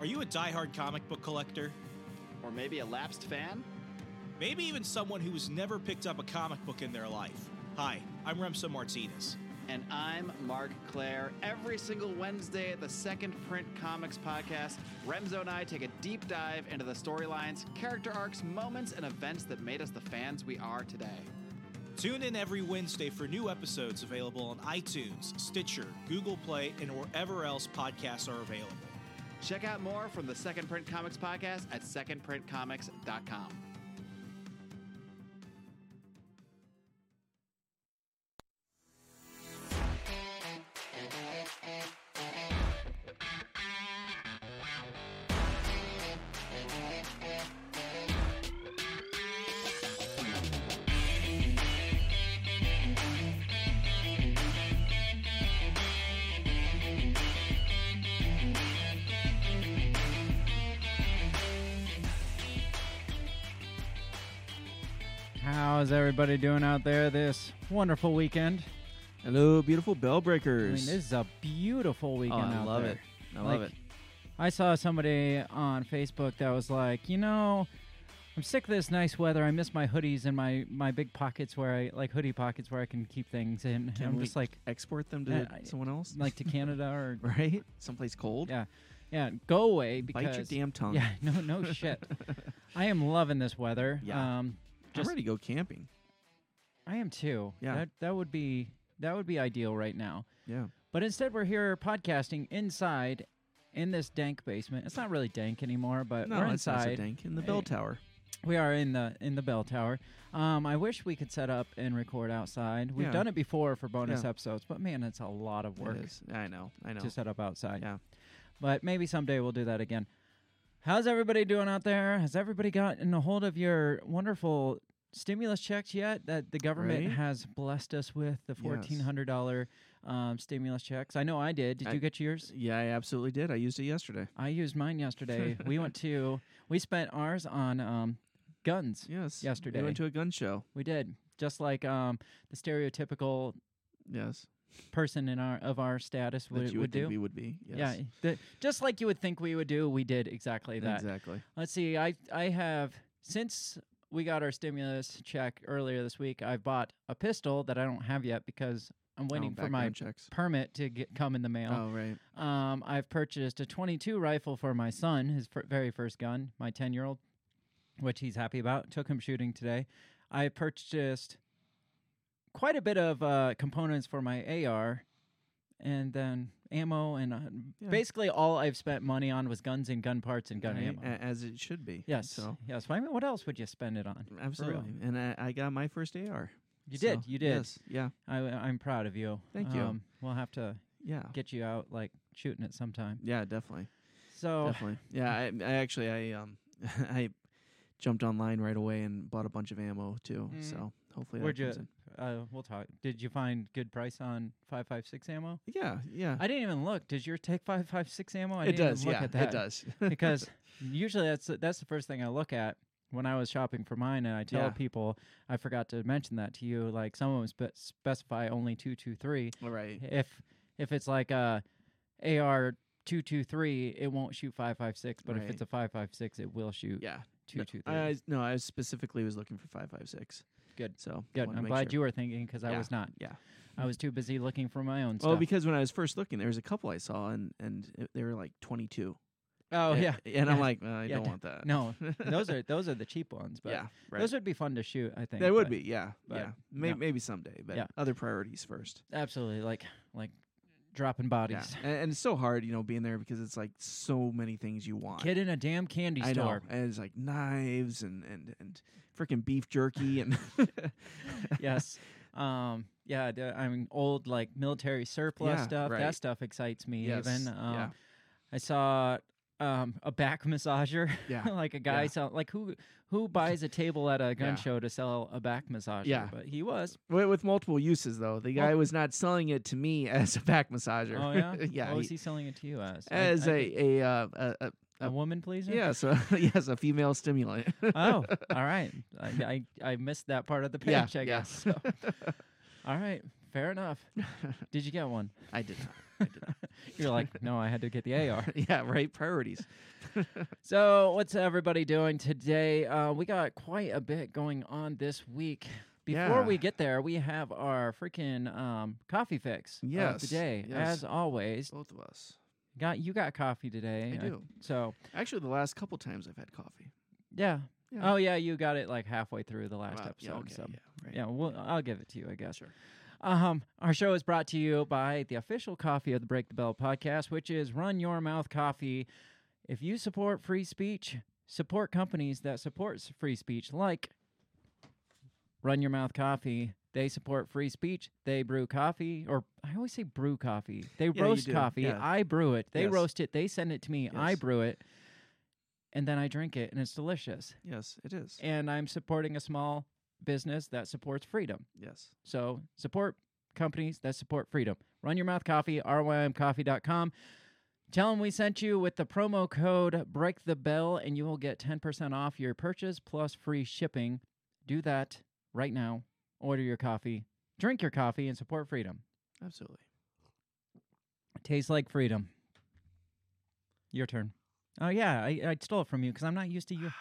Are you a diehard comic book collector? Or maybe a lapsed fan? Maybe even someone who has never picked up a comic book in their life. Hi, I'm Remsa Martinez. And I'm Mark Claire. Every single Wednesday at the Second Print Comics Podcast, Remzo and I take a deep dive into the storylines, character arcs, moments, and events that made us the fans we are today. Tune in every Wednesday for new episodes available on iTunes, Stitcher, Google Play, and wherever else podcasts are available. Check out more from the Second Print Comics Podcast at secondprintcomics.com. How's everybody doing out there this wonderful weekend? Hello, beautiful I mean, bellbreakers. this is a beautiful oh, weekend I out love there. it. I love Like, it. I saw somebody on Facebook that was like, you know, I'm sick of this nice weather. I miss my hoodies and my, my big pockets where I like hoodie pockets where I can keep things. And Can I'm we just like, export them to Yeah, I- someone else, like to Canada or right? Someplace cold. yeah, yeah, go away because Bite your damn tongue. yeah, no, no shit. I am loving this weather. Yeah. Um, I'm ready to go camping. I am too. Yeah. that that would be that would be ideal right now. Yeah. But instead, we're here podcasting inside in this dank basement. It's not really dank anymore, but No, we're it's not inside. so dank in the bell Hey. tower. We are in the in the bell tower. Um, I wish we could set up and record outside. We've Yeah. done it before for bonus Yeah. episodes, but man, it's a lot of It work is. I know. I know. to set up outside. yeah. But maybe someday we'll do that again. How's everybody doing out there? Has everybody gotten a hold of your wonderful stimulus checks yet that the government Right? has blessed us with the $1,400 um, stimulus checks? I know I did. Did I- you get yours? Yeah, I absolutely did. I used it yesterday. I used mine yesterday. we went to we spent ours on um, guns. Yes. Yesterday. We went to a gun show. We did just like um, the stereotypical Yes. person in our of our status would, that you would, do. think we would be. Yes. Yeah, the- just like you would think we would do, we did exactly that. Exactly. Let's see. I I have since we got our stimulus check earlier this week. I've bought a pistol that I don't have yet because I'm waiting Oh, for my background checks. permit to get come in the mail. Oh right. Um, I've purchased a 22 rifle for my son, his fir- very first gun, my 10 year old, which he's happy about. Took him shooting today. I purchased quite a bit of uh, components for my AR, and then ammo, and uh, Yeah. basically all I've spent money on was guns and gun parts and gun Right? ammo. A- As it should be. yes, So yes. Well, I mean, what else would you spend it on? For real. absolutely. And I, I got my first AR. You So, did. You did. Yes. Yeah. I, I'm proud of you. Um, Thank you. We'll have to Yeah. get you out like shooting it sometime. Yeah. Definitely. So definitely. Yeah, I, I actually I um I jumped online right away and bought a bunch of ammo too. Mm. So hopefully Where'd that you? comes in. Uh, we'll talk. Did you find good price on five five six ammo? Yeah, yeah. I didn't even look. Did your take five five six ammo? I it didn't even does. Look Yeah, at that it does. because usually that's that's the first thing I look at when I was shopping for mine, and I tell Yeah. people I forgot to mention that to you. Like some of them spe- specify only two two three. All right. If if it's like a AR two two three, it won't shoot five five six. But if Right. it's a five five six, it will shoot Yeah. two two three. I, no, I specifically was looking for five five six. Good. So Good. I'm glad you were thinking because I was not. Yeah. Oh, I was too busy looking for my own Well, stuff. because when I was first looking, there was a couple I saw and and it- they were like twenty two. Oh yeah, And I'm like, uh, I Yeah, don't d- want that. no, those are those are the cheap ones. But Yeah. Right. those would be fun to shoot. I think They would but- be. Yeah. but yeah. May- no. Maybe someday, but Yeah. other priorities first. absolutely like like dropping Yeah. bodies. And, and it's so hard, you know, being there because it's like so many things you want. Kid in a damn candy I know. store. And it's like knives and and and freaking beef jerky and yes. Um. Yeah. the- I mean, old like military surplus Yeah, stuff. That right. stuff excites me. Yes, Even. Um, yeah. I saw. Um, a back massager, Yeah, like a guy yeah. sell, like who who buys a table at a gun Yeah. show to sell a back massager? Yeah. but he was with, with multiple uses though. The guy Mul- was not selling it to me as a back massager. Oh yeah, yeah. What was he- he selling it to you as? I- as I- a a, uh, a, a a woman pleaser. yes a, yes a female stimulant. oh, all right. I, I I missed that part of the Yeah, page. I yeah. guess. So. All right. Fair enough. Did you get one? I did not. You're like, no, I had to get the AR. yeah, right. Priorities. So, what's everybody doing today? Uh, we got quite a bit going on this week. Before Yeah. we get there, we have our freaking um, coffee fix of Yes, today. yes. As always, Both of us. got you got coffee today. I do. so Actually, the last couple times I've had coffee. yeah. Yeah. Oh yeah, you got it like halfway through the last Wow, episode. Yeah, okay, so yeah, right. yeah, we'll, I'll give it to you, I guess. Sure. Um, our show is brought to you by the official coffee of the Break the Bell podcast, which is Run Your Mouth Coffee. If you support free speech, support companies that supports free speech, like Run Your Mouth Coffee. They support free speech. They brew coffee, or I always say brew coffee. They you roast do, coffee. yeah. I brew it. They Yes. roast it. They send it to me. I Yes. brew it. And then I drink it, and it's delicious. Yes, it is. And I'm supporting a small business that supports freedom. yes. So support companies that support freedom. Run Your Mouth Coffee, rymcoffee.com. Tell them we sent you with the promo code Break the Bell, and you will get 10% off your purchase plus free shipping. Do that right now. Order your coffee, drink your coffee, and support freedom. Absolutely. Tastes like freedom. Your turn. Oh, yeah, I, I stole it from you because I'm not used to you.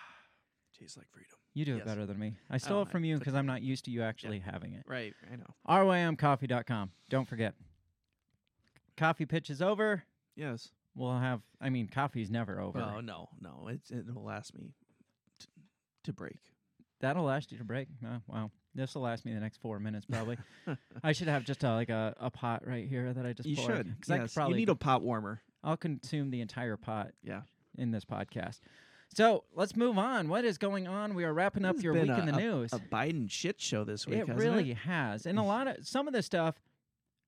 Tastes like freedom. You do it Yes. better than me. I stole Oh, it from I- you because I'm not used to you actually having it. Right. I know. rymcoffee.com. Don't forget. Coffee pitch is over. Yes. We'll have, I mean, coffee's never over. No, no, no. It's, it'll last me t- to break. That'll last you to break. Oh, wow. This will last me the next four minutes, probably. I should have just a, like a, a pot right here that I just you pour in, should. 'cause I could Yes. probably, you need a pot warmer. I'll consume the entire pot Yeah. in this podcast. So let's move on. What is going on? We are wrapping up It's your been week a, in the a- news. A Biden shit show this week. it hasn't really has and a lot of some of the stuff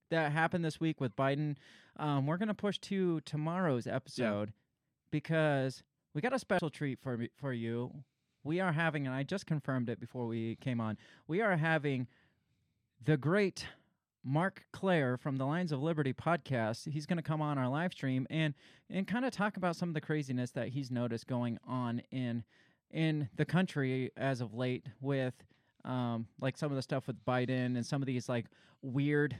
that happened this week with biden um, we're going to push to tomorrow's episode because we got a special treat for me- for you we are having and i just confirmed it before we came on we are having the great mark claire from the lines of liberty podcast he's going to come on our live stream and and kind of talk about some of the craziness that he's noticed going on in in the country as of late with um, like some of the stuff with Biden and some of these like weird,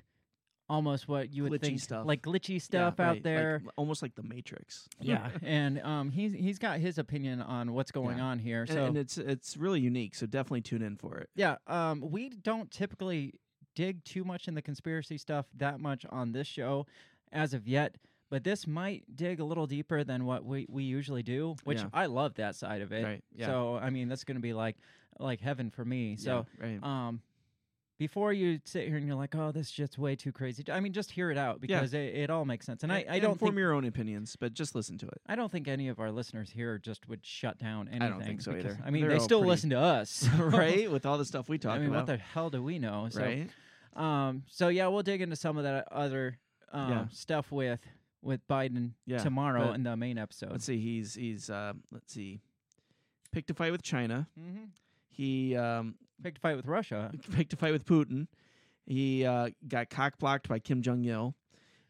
almost what you would Glitchy think stuff. like glitchy Yeah, stuff out right, like- there. l- almost like the Matrix. yeah, and um, he's he's got his opinion on what's going Yeah. on here. And, So and it's it's really unique. So definitely tune in for it. yeah, um, we don't typically dig too much in the conspiracy stuff that much on this show as of yet, but this might dig a little deeper than what we, we usually do, which Yeah. I love that side of it. Right, yeah. So I mean, that's going to be like like heaven for me. So Yeah, right. um before you sit here and you're like, oh, this shit's way too crazy. I mean, just hear it out Yeah. because it, it all makes sense. And, I, I And don't form think your own opinions, but just listen to it. I don't think any of our listeners here just would shut down anything. don't think so because, either. I mean, They're they all still pretty- listen to us, right? With all the stuff we talk I mean, about. what the hell do we know? So, right? um, so yeah, we'll dig into some of that other um, Yeah. stuff with with Biden Yeah, tomorrow but- in the main episode. Let's see. He's he's uh, let's see. Picked a fight with China. Mm-hmm. He um, Picked a fight with Russia. picked a fight with Putin. He uh, got cock blocked by Kim Jong Il.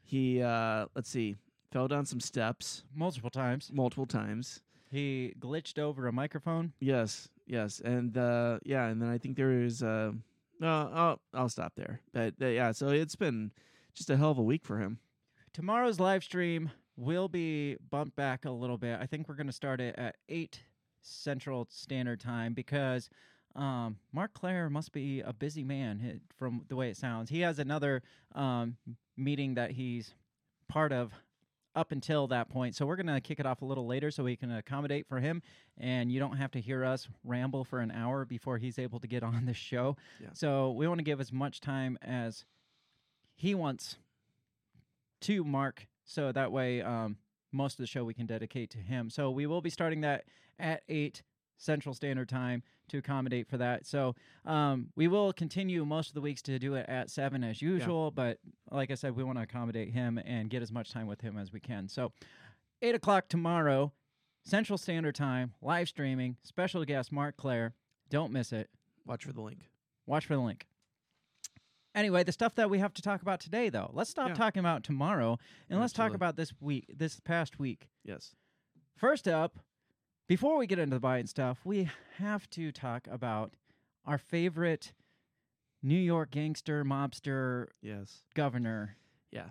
He uh, let's see, fell down some steps Multiple times, multiple times. he glitched over a microphone. Yes, yes, and uh, yeah, and then I think there is. Uh, no, I'll I'll stop there. But uh, yeah, so it's been just a hell of a week for him. Tomorrow's live stream will be bumped back a little bit. I think we're going to start it at 8 Central Standard Time because um, Mark Claire must be a busy man hi- from the way it sounds. He has another um, meeting that he's part of up until that point. So we're going to kick it off a little later so we can accommodate for him and you don't have to hear us ramble for an hour before he's able to get on the show. Yeah. So we want to give as much time as he wants to Mark, so that way um, most of the show we can dedicate to him. So we will be starting that at eight Central Standard Time to accommodate for that. So um, we will continue most of the weeks to do it at seven as usual, but like I said, we want to accommodate him and get as much time with him as we can. So eight o'clock tomorrow, Central Standard Time, live streaming, special guest Mark Claire. Don't miss it. Watch for the link. Watch for the link. Anyway, the stuff that we have to talk about today, though, let's stop Yeah. talking about tomorrow and let's talk Absolutely. about this week, this past week. Yes. First up, before we get into the Biden stuff, we have to talk about our favorite New York gangster, mobster, Yes. governor, Yeah.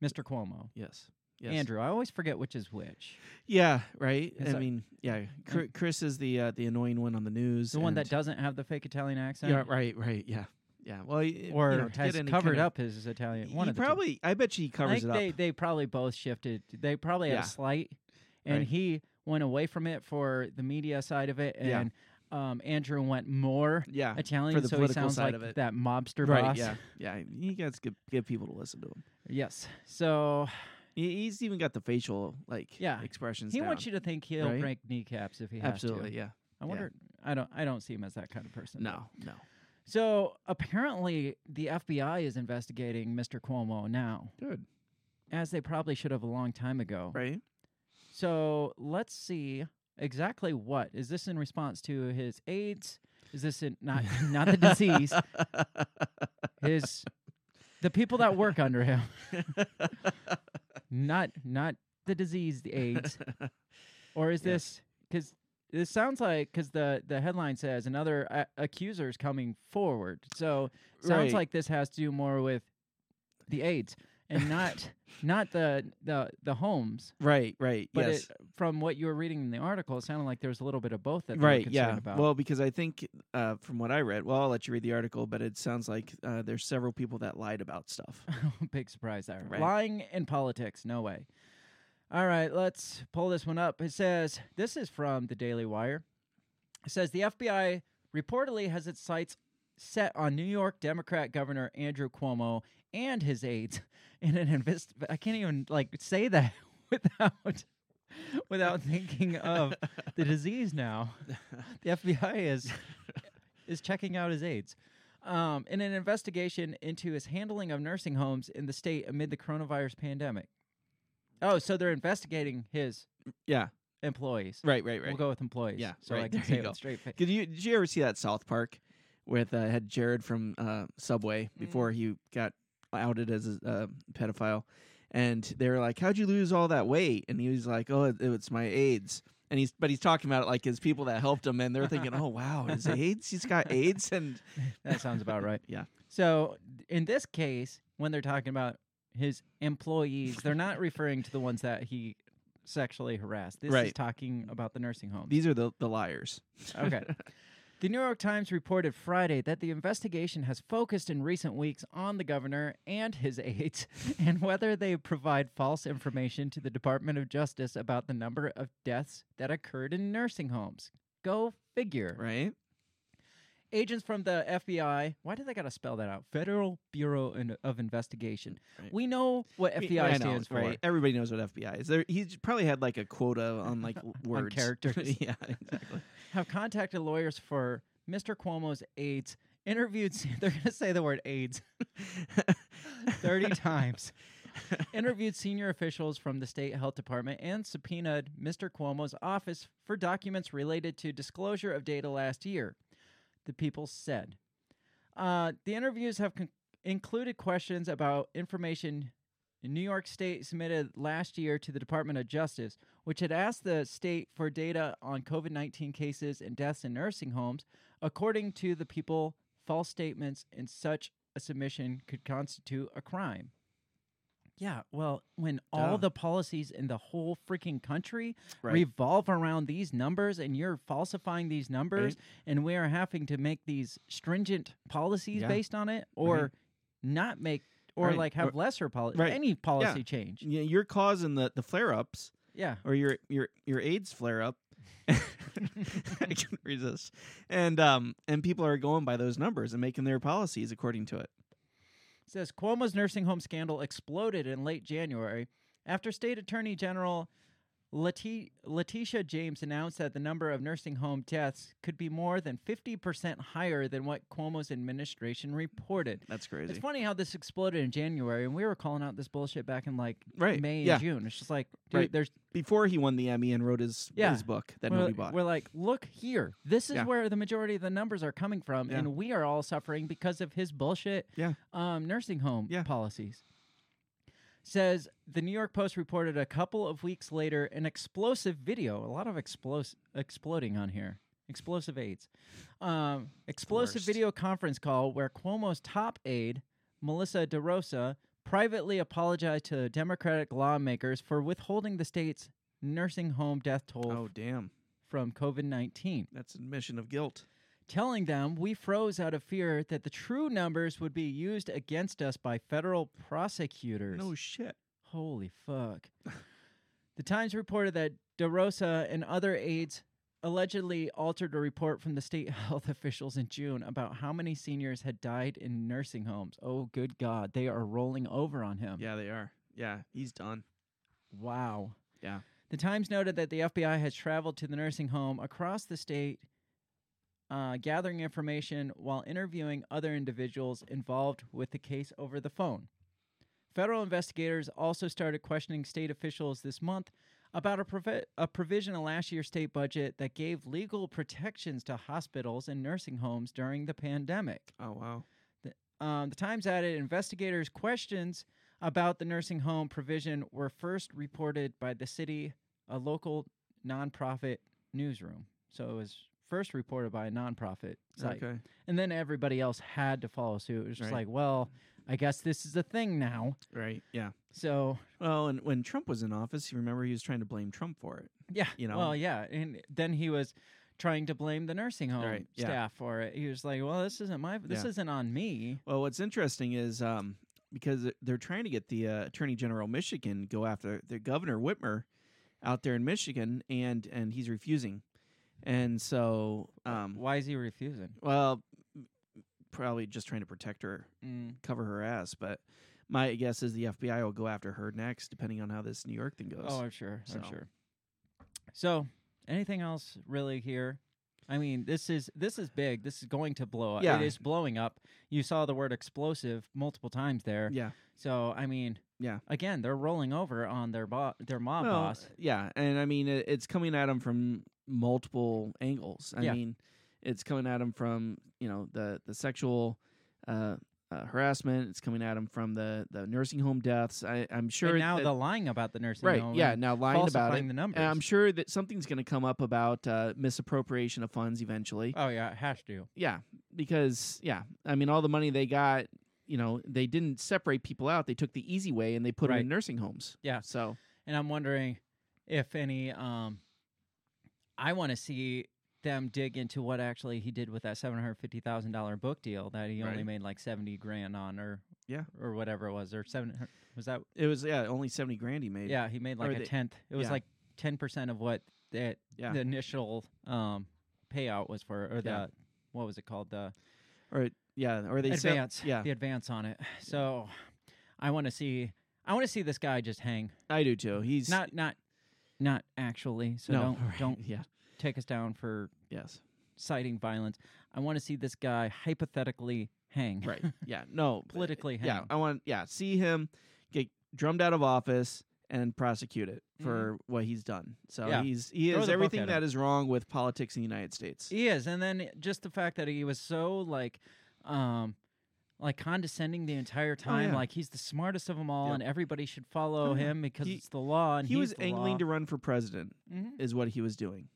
Mr. Cuomo. Yes. Yes. Andrew, I always forget which is which. Yeah. Right. It's I like- mean, yeah. Chr- Chris is the uh, the annoying one on the news. The one that and- doesn't have the fake Italian accent Yeah. Right. Right. Yeah. Yeah. Well, y- you or know, to has get any covered kind of- up his Italian. One he of the two. probably. I bet you he I covers think it up. they they probably both shifted. They probably had Yeah. a slight, and Right. he went away from it for the media side of it, Yeah. and um, Andrew went more yeah. Italian, for the so he political sounds side like of it. that mobster Right. boss. Yeah. Yeah. He gets good, good people to listen to him. Yes. So He- He's even got the facial like Yeah. expressions. he down. wants you to think he'll right? break kneecaps if he has absolutely. to. Yeah. I wonder. I don't. I don't see him as that kind of person. though. No. No. So apparently, the FBI is investigating Mr. Cuomo now, Good. as they probably should have a long time ago. Right. So let's see exactly what is this in response to his AIDS? Is this in, not not the disease? His the people that work under him, not not the disease, the AIDS, or is Yeah. this because this sounds like because the the headline says another a- accuser is coming forward. So sounds Right. like this has to do more with the AIDS and not not the the the homes. Right. Right. But yes. it, from what you were reading in the article, it sounded like there was a little bit of both that they were right concerned yeah about. well because i think uh, from what i read well i'll let you read the article but it sounds like uh, there's several people that lied about stuff big surprise there. Right. Lying in politics, no way. All right, let's pull this one up. It says this is from the Daily Wire. It says the FBI reportedly has its sights set on New York Democrat Governor Andrew Cuomo and his aides in an invest. I can't even like say that without without thinking of the disease now. The FBI is is checking out his aides. Um, in an investigation into his handling of nursing homes in the state amid the coronavirus pandemic. Oh, so they're investigating his yeah employees. right right We'll right go with employees. Yeah, so I right, can there say you it go. with straight face. did you did you ever see that south park with uh, had jared from uh, subway Mm. before he got outed as a uh, pedophile and they were like how'd you lose all that weight and he was like oh it, it's my aids and he's but he's talking about it like his people that helped him and they're thinking oh wow his aids he's got aids and That sounds about right. Yeah. So in this case, when they're talking about his employees, they're not referring to the ones that he sexually harassed. This is Right. talking about the nursing homes. these are the, the liars Okay. The New York Times reported Friday that the investigation has focused in recent weeks on the governor and his aides and whether they provide false information to the Department of Justice about the number of deaths that occurred in nursing homes. Go figure. right Agents from the FBI, why do they got to spell that out? Federal Bureau in- of Investigation. Right. We know what We- FBI I know, stands for. right? Everybody knows what FBI is. There, he's probably had like a quota on like l- words, characters. yeah, exactly. have contacted lawyers for Mr. Cuomo's aides, interviewed, they're going to say the word aides 30 times, interviewed senior officials from the state health department, and subpoenaed Mr. Cuomo's office for documents related to disclosure of data last year, the people said. Uh, the interviews have con- included questions about information New York State submitted last year to the Department of Justice, which had asked the state for data on COVID 19 cases and deaths in nursing homes. According to the people, false statements in such a submission could constitute a crime. Yeah, well, when all Duh. the policies in the whole freaking country Right. revolve around these numbers and you're falsifying these numbers and we are having to make these stringent policies Yeah. based on it or Right. not make or Right. like Or- have lesser policy Right. any policy change Yeah, you're causing the the flare ups yeah or your your your AIDS flare up. I can resist, and um and people are going by those numbers and making their policies according to it. It says Cuomo's nursing home scandal exploded in late January after State Attorney General Leti- Letitia James announced that the number of nursing home deaths could be more than 50% higher than what Cuomo's administration reported. That's crazy, It's funny how this exploded in January, and we were calling out this bullshit back in like right? May yeah, and June. It's just like, dude, Right. there's before he won the Emmy and wrote his Yeah. his book that we're, nobody bought. we're like, look here, this is Yeah. where the majority of the numbers are coming from, Yeah. and we are all suffering because of his bullshit Yeah. um, nursing home Yeah. policies. Says the New York Post reported a couple of weeks later an explosive video, a lot of explos- exploding on here, explosive aids, um, explosive worst. video conference call where Cuomo's top aide Melissa DeRosa privately apologized to Democratic lawmakers for withholding the state's nursing home death toll Oh, damn. from COVID 19, That's admission of guilt. telling them we froze out of fear that the true numbers would be used against us by federal prosecutors. No shit. Holy fuck. the Times reported that DeRosa and other aides allegedly altered a report from the state health officials in June about how many seniors had died in nursing homes. Oh, good God. They are rolling over on him. Yeah, they are. Yeah, he's done. Wow. Yeah. The Times noted that the FBI has traveled to the nursing home across the state, uh, gathering information while interviewing other individuals involved with the case over the phone. Federal investigators also started questioning state officials this month about a, provi- a provision in last year's state budget that gave legal protections to hospitals and nursing homes during the pandemic. Oh wow. Um, the Times added investigators' questions about the nursing home provision were first reported by the city, a local nonprofit newsroom. So it was first reported by a nonprofit site. Okay. And then everybody else had to follow suit. It was just Right. like, well, I guess this is a thing now. Right. Yeah. So, Well, and when Trump was in office, you remember he was trying to blame Trump for it. yeah. You know? Well, yeah. And then he was trying to blame the nursing home Right, yeah. staff for it. He was like, well, this isn't my, this Yeah. isn't on me. Well, what's interesting is um, because they're- they're trying to get the uh, Attorney General of Michigan go after the Governor Whitmer out there in Michigan, and and he's refusing. And so, um, Why is he refusing? well, m- probably just trying to protect her, Mm. cover her ass. But my guess is the FBI will go after her next, depending on how this New York thing goes. Oh, I'm sure. I'm So- sure. So, anything else really here? I mean, this is this is big. This is going to blow up. Yeah. It is blowing up. You saw the word explosive multiple times there. yeah. So, I mean, Yeah. Again, they're rolling over on their bo- their mob Well, uh, boss. Yeah, and I mean it, it's coming at them from multiple angles. I Yeah. mean, it's coming at them from you know the the sexual uh, uh, harassment. It's coming at them from the the nursing home deaths. I, I'm sure and now that- the lying about the nursing right. home. Yeah, and now lying about falsifying it. the numbers. And I'm sure that something's going to come up about uh, misappropriation of funds eventually. oh yeah, it has to. Yeah, because yeah, I mean all the money they got. You know, they didn't separate people out. They took the easy way and they put them in Right. nursing homes. Yeah. So and I'm wondering if any. Um, I want to see them dig into what actually he did with that seven hundred fifty thousand dollar book deal that he only Right. made like seventy grand on, or Yeah. or whatever it was, or seven was that? it was yeah, only seventy grand he made. Yeah, he made Or like a the- tenth. It was yeah. like ten percent of what that Yeah. the initial um payout was for, or the Yeah. what was it called the or yeah, or they sell- advance, yeah, the advance on it. So I want to see. I want to see this guy just hang, I do too. He's not not not actually. So no, don't right, don't Yeah, take us down for yes, citing violence. I want to see this guy hypothetically hang. right, yeah, no, but- Politically hang. Yeah, I want yeah, see him get drummed out of office and prosecute it for what he's done. So Mm-hmm. Yeah. he's he Throw is the book everything at that him. is wrong with politics in the United States. He is. And then just the fact that he was so like um like condescending the entire time, Oh, yeah. like he's the smartest of them all, Yep. and everybody should follow Oh, yeah. him because He- it's the law. And He he's was the angling law. to run for president, Mhm. is what he was doing.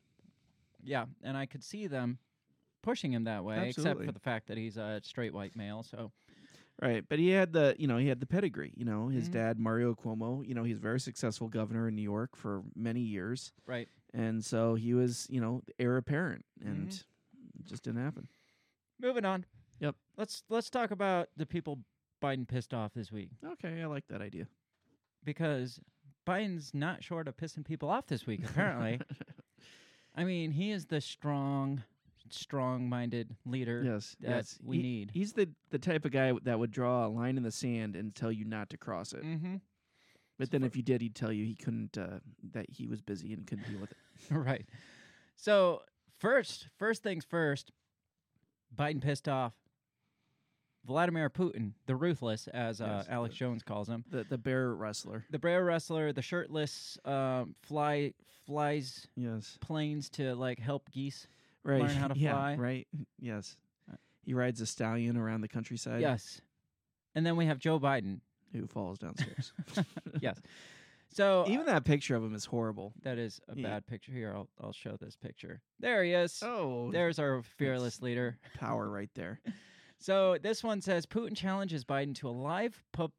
yeah, and I could see them pushing him that way, except Absolutely. for the fact that he's a straight white male. So Right, but he had the you know he had the pedigree. You know his Mhm. dad Mario Cuomo. You know he's a very successful governor in New York for many years, right, and so he was you know the heir apparent, and Mm-hmm. it just didn't happen. moving on. Yep. Let's let's talk about the people Biden pissed off this week. Okay, I like that idea. because Biden's not short of pissing people off this week, apparently. I mean, he is the strong, strong minded leader Yes, that yes. we He- need. He's the the type of guy that would draw a line in the sand and tell you not to cross it. mm-hmm. But then if you did, he'd tell you he couldn't. Uh, that he was busy and couldn't deal with it. right. So, first, first things first, Biden pissed off Vladimir Putin, the ruthless, as uh, Yes, Alex the- Jones calls him. The the bear wrestler. The bear wrestler, the shirtless, um, fly flies Yes. planes to like help geese. Right. Learn how to yeah, fly. Right. Yes. Uh, He rides a stallion around the countryside. Yes, and then we have Joe Biden. Who falls downstairs? Yes, so Even that picture of him is horrible. That is a Yeah. bad picture. Here, I'll I'll show this picture. There he is. Oh, there's There's our fearless leader. power right there. So this one says Putin challenges Biden to a live pub-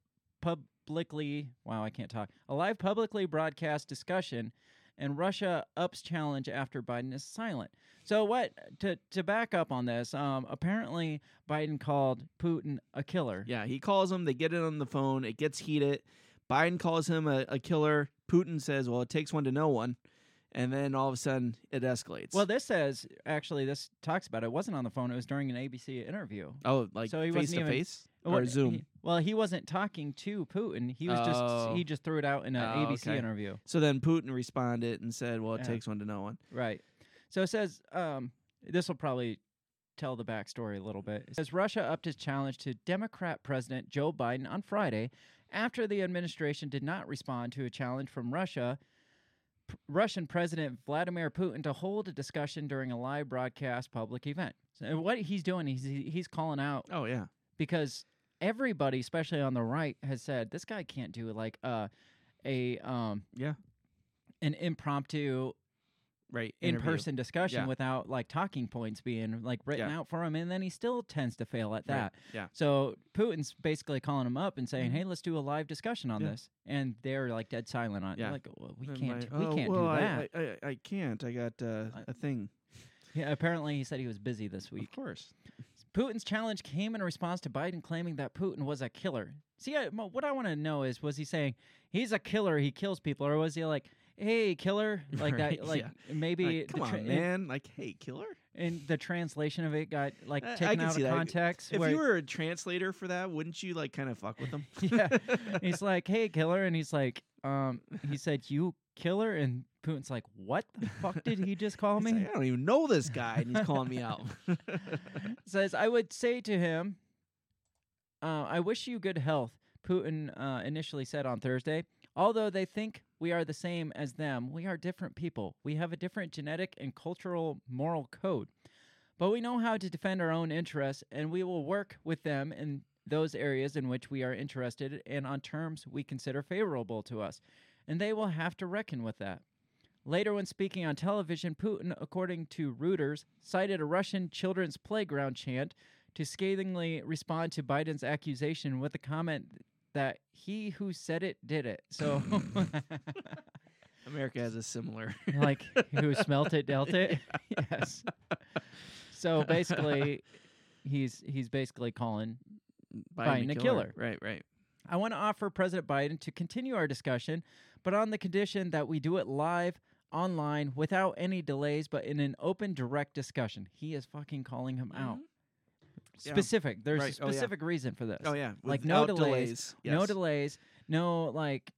publicly wow, I can't talk. A live publicly broadcast discussion and Russia ups challenge after Biden is silent. So what to to back up on this, um apparently Biden called Putin a killer. Yeah, he calls him. They get it on the phone. It gets heated. Biden calls him a, a killer. Putin says, "Well, it takes one to know one," and then all of a sudden it escalates. Well, this says actually this talks about it. it wasn't on the phone, it was during an ABC interview. oh, like so he face wasn't to even- Oh, face What- or Zoom. he- well, he wasn't talking to Putin. He was Oh. just he just threw it out in an Oh, ABC okay. interview. so then Putin responded and said, "Well, it Yeah. takes one to know one." Right. So it says um, this will probably tell the backstory a little bit. It says Russia upped its challenge to Democrat President Joe Biden on Friday after the administration did not respond to a challenge from Russia. P- Russian President Vladimir Putin to hold a discussion during a live broadcast public event. So what he's doing, he's he's calling out Oh yeah, because everybody, especially on the right, has said this guy can't do like uh, a um Yeah. an impromptu right. in interview. person discussion Yeah. without like talking points being like written Yeah. out for him, and then he still tends to fail at Right. that. Yeah. So Putin's basically calling him up and saying, Mhm. "Hey, let's do a live discussion on Yeah. this," and they're like dead silent on it. Yeah. Like "Well, we Then can't, like, do- we "Oh, can't well, do I- that. I, I, I can't. I got uh, I- a thing. yeah, apparently, he said he was busy this week. Of course. Putin's challenge came in response to Biden claiming that Putin was a killer. See, I, mo- what I want to know is, was he saying he's a killer, he kills people, or was he like, "Hey, killer," like Right, that? Like maybe Like, the come tra- on, man. Like, hey, killer. and the translation of it got like I- I taken can out see of that. context. If where- you were a translator for that, wouldn't you like kind of fuck with them? yeah, he's like, "Hey, killer," and he's like, um, he said, "You killer," and Putin's like, "What the fuck did he just call He's me?" like, I don't even know this guy, and he's calling me out. Says, "I would say to him, uh, I wish you good health." Putin uh, initially said on Thursday, "Although they think we are the same as them, we are different people. We have a different genetic and cultural moral code." But we know how to defend our own interests, and we will work with them in those areas in which we are interested and on terms we consider favorable to us. And they will have to reckon with that. Later, when speaking on television, Putin, according to Reuters, cited a Russian children's playground chant to scathingly respond to Biden's accusation with the comment that he who said it did it. So, America has a similar. like who smelt it dealt it yes so basically he's he's basically calling Biden a killer. Right, right. i want to offer president biden to continue our discussion but on the condition that we do it live online without any delays but in an open direct discussion he is fucking calling him out Mm-hmm. Yeah. specific there's a Right. Oh, yeah. specific reason for this Oh yeah, Like, no without delays, no Yes. delays no like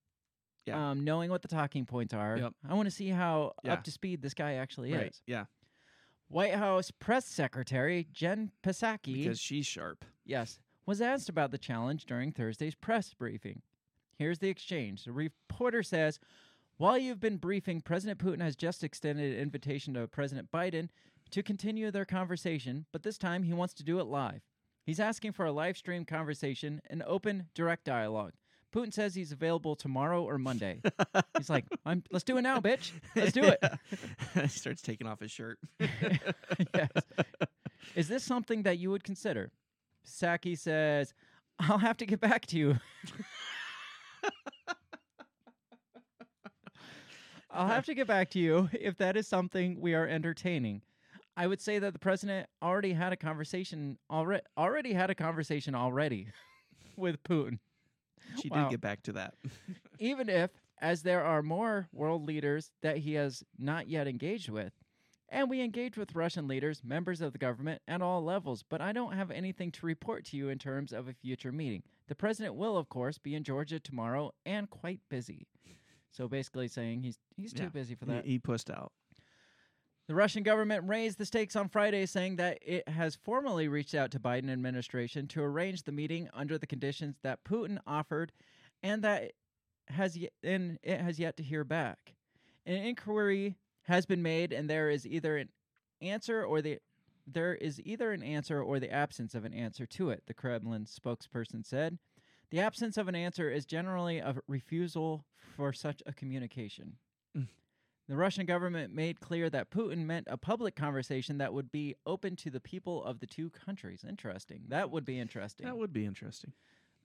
Yeah. um, knowing what the talking points are Yep. i want to see how Yeah. up to speed this guy actually Right. is Yeah, White House press secretary Jen Psaki, because she's sharp. yes, was asked about the challenge during Thursday's press briefing. Here's the exchange. The reporter says, "While you've been briefing, President Putin has just extended an invitation to President Biden to continue their conversation, but this time he wants to do it live. He's asking for a live stream conversation, an open, direct dialogue." Putin says he's available tomorrow or Monday. He's like, I'm, let's do it now, bitch. Let's do it. he starts taking off his shirt. yes. Is this something that you would consider? Saki says, I'll have to get back to you. I'll have to get back to you if that is something we are entertaining. I would say that the president already had a conversation already already had a conversation already with Putin She Wow. did get back to that. even if, as there are more world leaders that he has not yet engaged with, and we engage with Russian leaders, members of the government, at all levels, but I don't have anything to report to you in terms of a future meeting. The president will, of course, be in Georgia tomorrow and quite busy. So basically saying he's he's too Yeah. busy for He- that. He pushed out. The Russian government raised the stakes on Friday, saying that it has formally reached out to Biden administration to arrange the meeting under the conditions that Putin offered, and that it has y- and it has yet to hear back. An inquiry has been made, and there is either an answer or the there is either an answer or the absence of an answer to it. The Kremlin spokesperson said, "The absence of an answer is generally a refusal for such a communication." The Russian government made clear that Putin meant a public conversation that would be open to the people of the two countries. Interesting. That would be interesting. That would be interesting.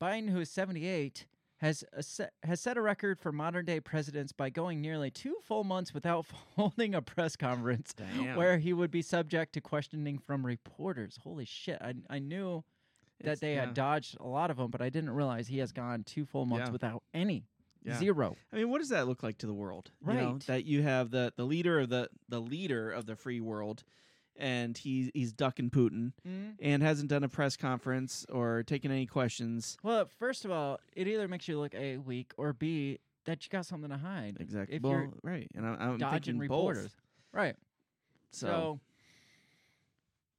Biden, who is 78, has a se- has set a record for modern day presidents by going nearly two full months without holding a press conference, Damn. where he would be subject to questioning from reporters. Holy shit! I I knew that It's- they yeah. had dodged a lot of them, but I didn't realize he has gone two full months Yeah. without any Yeah. zero. I mean, what does that look like to the world? You know, Right. that you have the the leader of the the leader of the free world, and he's he's ducking Putin and hasn't done a press conference or taken any questions. Well, first of all, it either makes you look a weak or b that you got something to hide. Exactly. If well, you're right. And I'm, I'm dodging thinking reporters, right? Both. So. So,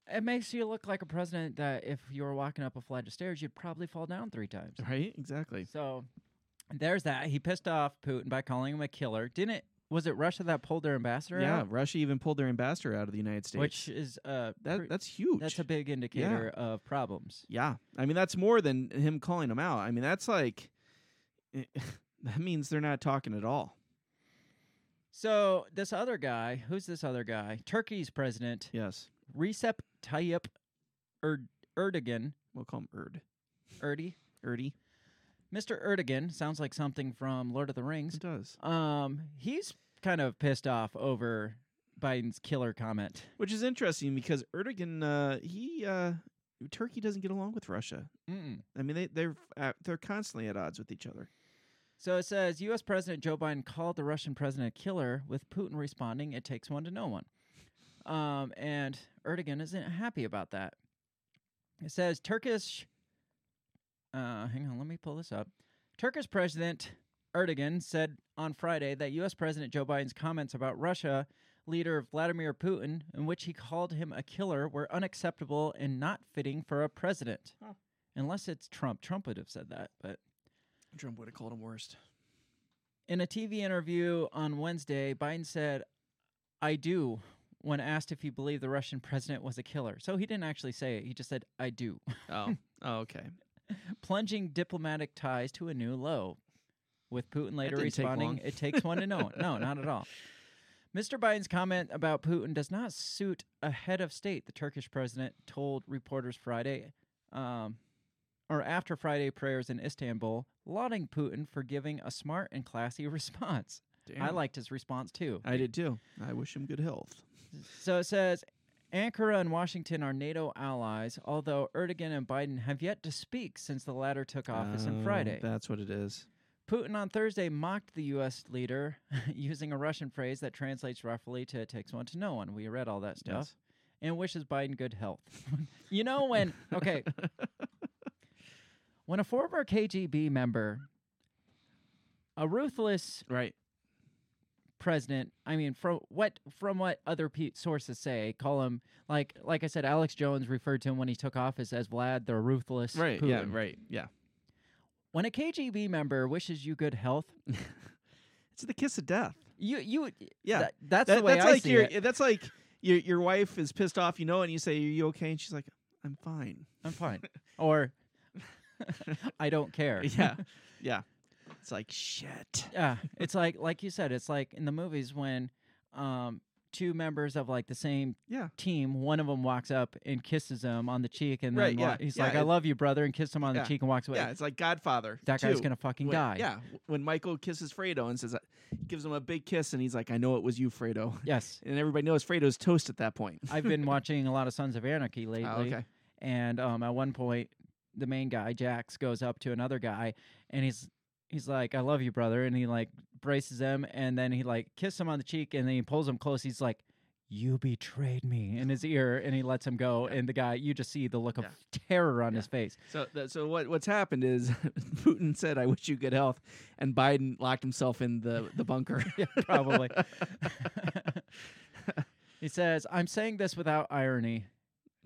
it makes you look like a president that if you were walking up a flight of stairs, you'd probably fall down three times. right. Exactly. So there's that. He pissed off Putin by calling him a killer. Didn't it? Was it Russia that pulled their ambassador Yeah. out? Russia even pulled their ambassador out of the United States. Which is uh, pre- that that's huge. that's a big indicator of problems. Yeah. I mean, that's more than him calling him out. I mean, that's like, eh, that means they're not talking at all. So this other guy, who's this other guy? Turkey's president Yes. Recep Tayyip Erd- Erdogan. We'll call him Erd. Erdi, Erdy. Mr. Erdogan sounds like something from Lord of the Rings. It does. Um, he's kind of pissed off over Biden's killer comment. Which is interesting because Erdogan, uh, he, uh, Turkey doesn't get along with Russia. Mm-mm. I mean, they, they're, at, they're constantly at odds with each other. So it says U.S. President Joe Biden called the Russian president a killer, with Putin responding, "It takes one to know one." Um, and Erdogan isn't happy about that. It says Turkish. Uh, hang on, let me pull this up. Turkish President Erdogan said on Friday that U.S. President Joe Biden's comments about Russia leader Vladimir Putin, in which he called him a killer, were unacceptable and not fitting for a president. Huh. Unless it's Trump. Trump would have said that, but. Trump would have called him worst. In a TV interview on Wednesday, Biden said, I do, when asked if he believed the Russian president was a killer. So he didn't actually say it, he just said, I do, Oh. oh, okay. plunging diplomatic ties to a new low. With Putin later didn't take long. responding, it takes one to know. one." No, not at all. Mr. Biden's comment about Putin does not suit a head of state, the Turkish president told reporters Friday, um, or after Friday prayers in Istanbul, lauding Putin for giving a smart and classy response. I liked his response too. I did too. I wish him good health. So it says Ankara and Washington are NATO allies, although Erdogan and Biden have yet to speak since the latter took office on Oh, Friday. That's what it is. Putin on Thursday mocked the U.S. leader using a Russian phrase that translates roughly to it takes one to know one. We read all that stuff. Yes. And wishes Biden good health. you know, when, okay, when a former KGB member, a ruthless Right. president. I mean, from what from what other pe- sources say, call him like like I said, Alex Jones referred to him when he took office as Vlad the ruthless. Right. Putin. Yeah. Right. Yeah. When a KGB member wishes you good health, It's the kiss of death. you you Yeah. that- that's That- the way I like see your, eh, it. That's like your your wife is pissed off, you know, and you say, "Are you okay?" And she's like, "I'm fine." I'm fine, or I don't care. Yeah, yeah. It's like shit. yeah. It's like like you said, it's like in the movies when um two members of like the same Yeah, team, one of them walks up and kisses him on the cheek, and Right, then wa- yeah, he's yeah, like, "I it- love you, brother," and kisses him on yeah, the cheek and walks away. yeah. It's like Godfather. that guy's 2, gonna fucking when- die. Yeah, when Michael kisses Fredo and says, uh, gives him a big kiss, and he's like, "I know it was you, Fredo," Yes. and everybody knows Fredo's toast at that point. I've been watching a lot of Sons of Anarchy lately. Oh, okay. And um, at one point, the main guy, Jax, goes up to another guy and he's he's like, I love you, brother. And he like braces him and then he like kisses him on the cheek and then he pulls him close. He's like, You betrayed me in his ear and he lets him go. And the guy, you just see the look of terror on his face. So, th- so what what's happened is Putin said, "I wish you good health," and Biden locked himself in the the bunker. yeah, probably. he says, I'm saying this without irony.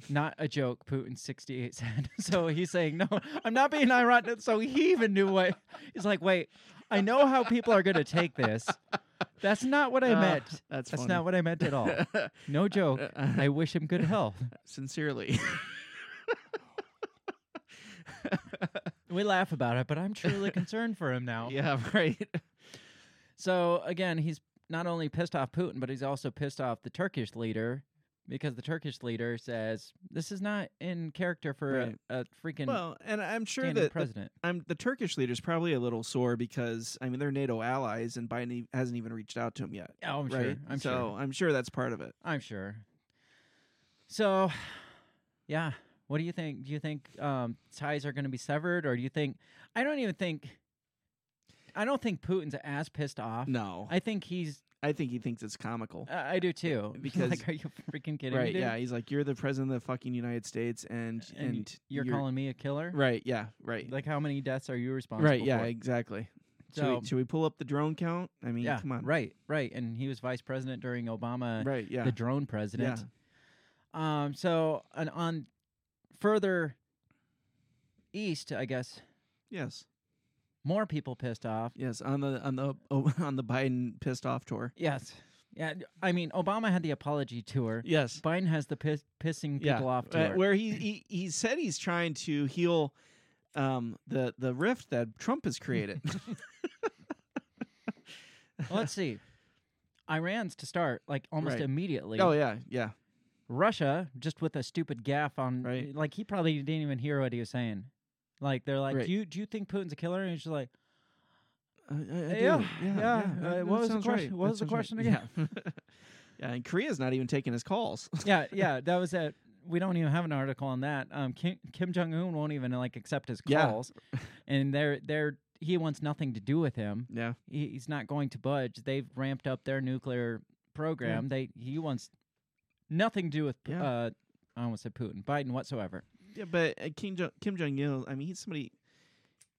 Not a joke, Putin 68 said. So he's saying, No, I'm not being ironic. So he even knew what he's like, Wait, I know how people are going to take this. That's not what I Uh, meant. That's that's funny. Uh, not what I meant at all. No joke. I wish him good health. Sincerely. We laugh about it, but I'm truly concerned for him now. yeah, right. So again, he's not only pissed off Putin, but he's also pissed off the Turkish leader, because the Turkish leader says this is not in character for Right. a, a freaking well, and I'm sure standing that uh, the, president. I'm, the Turkish leader's probably a little sore because I mean they're NATO allies, and Biden e, hasn't even reached out to him yet. oh, I'm right? sure. I'm so sure. I'm sure that's part of it. I'm sure. So, yeah. What do you think? Do you think um, ties are going to be severed, or do you think? I don't even think. I don't think Putin's as pissed off. No, I, I think he's. think he thinks it's comical. I I do too. Because- like, are you freaking kidding me? right? dude? Yeah, he's like, you're the president of the fucking United States, and And and, You're, calling me a killer. Right? Yeah. Right. Like, how many deaths are you responsible? right. Yeah. For? Exactly. So- should, we, should we pull up the drone count? I mean, yeah. come on. Right. Right. And he was vice president during Obama, Right. Yeah. the drone president. Um, so and on further east, I guess yes. more people pissed off. Yes. On the on the oh, on the Biden pissed off tour. Yes, yeah. d- I mean, Obama had the apology tour. Yes. Biden has the piss- pissing people off uh, tour. where he, he he said he's trying to heal um the the rift that Trump has created. Let's see. Iran's to start like almost Right. immediately. oh yeah, yeah, Russia just with a stupid gaff on. Right. Like he probably didn't even hear what he was saying. Like they're like, Right. do you do you think Putin's a killer? And he's just like, I- I- I do. Yeah, yeah, that- uh, that what was the sounds question- what That was the sounds question Yeah. yeah, and Korea's not even taking his calls. yeah, yeah. That was that. We don't even have an article on that. Um, Kim, Kim Jong Un won't even like accept his Yeah. calls, and they're they're he wants nothing to do with him. yeah, he, he's not going to budge. They've ramped up their nuclear program. They he wants nothing to do with P Yeah. uh, I almost said Putin, Biden whatsoever. yeah, but uh, Kim Jong Kim Jong Il, I mean, he's somebody,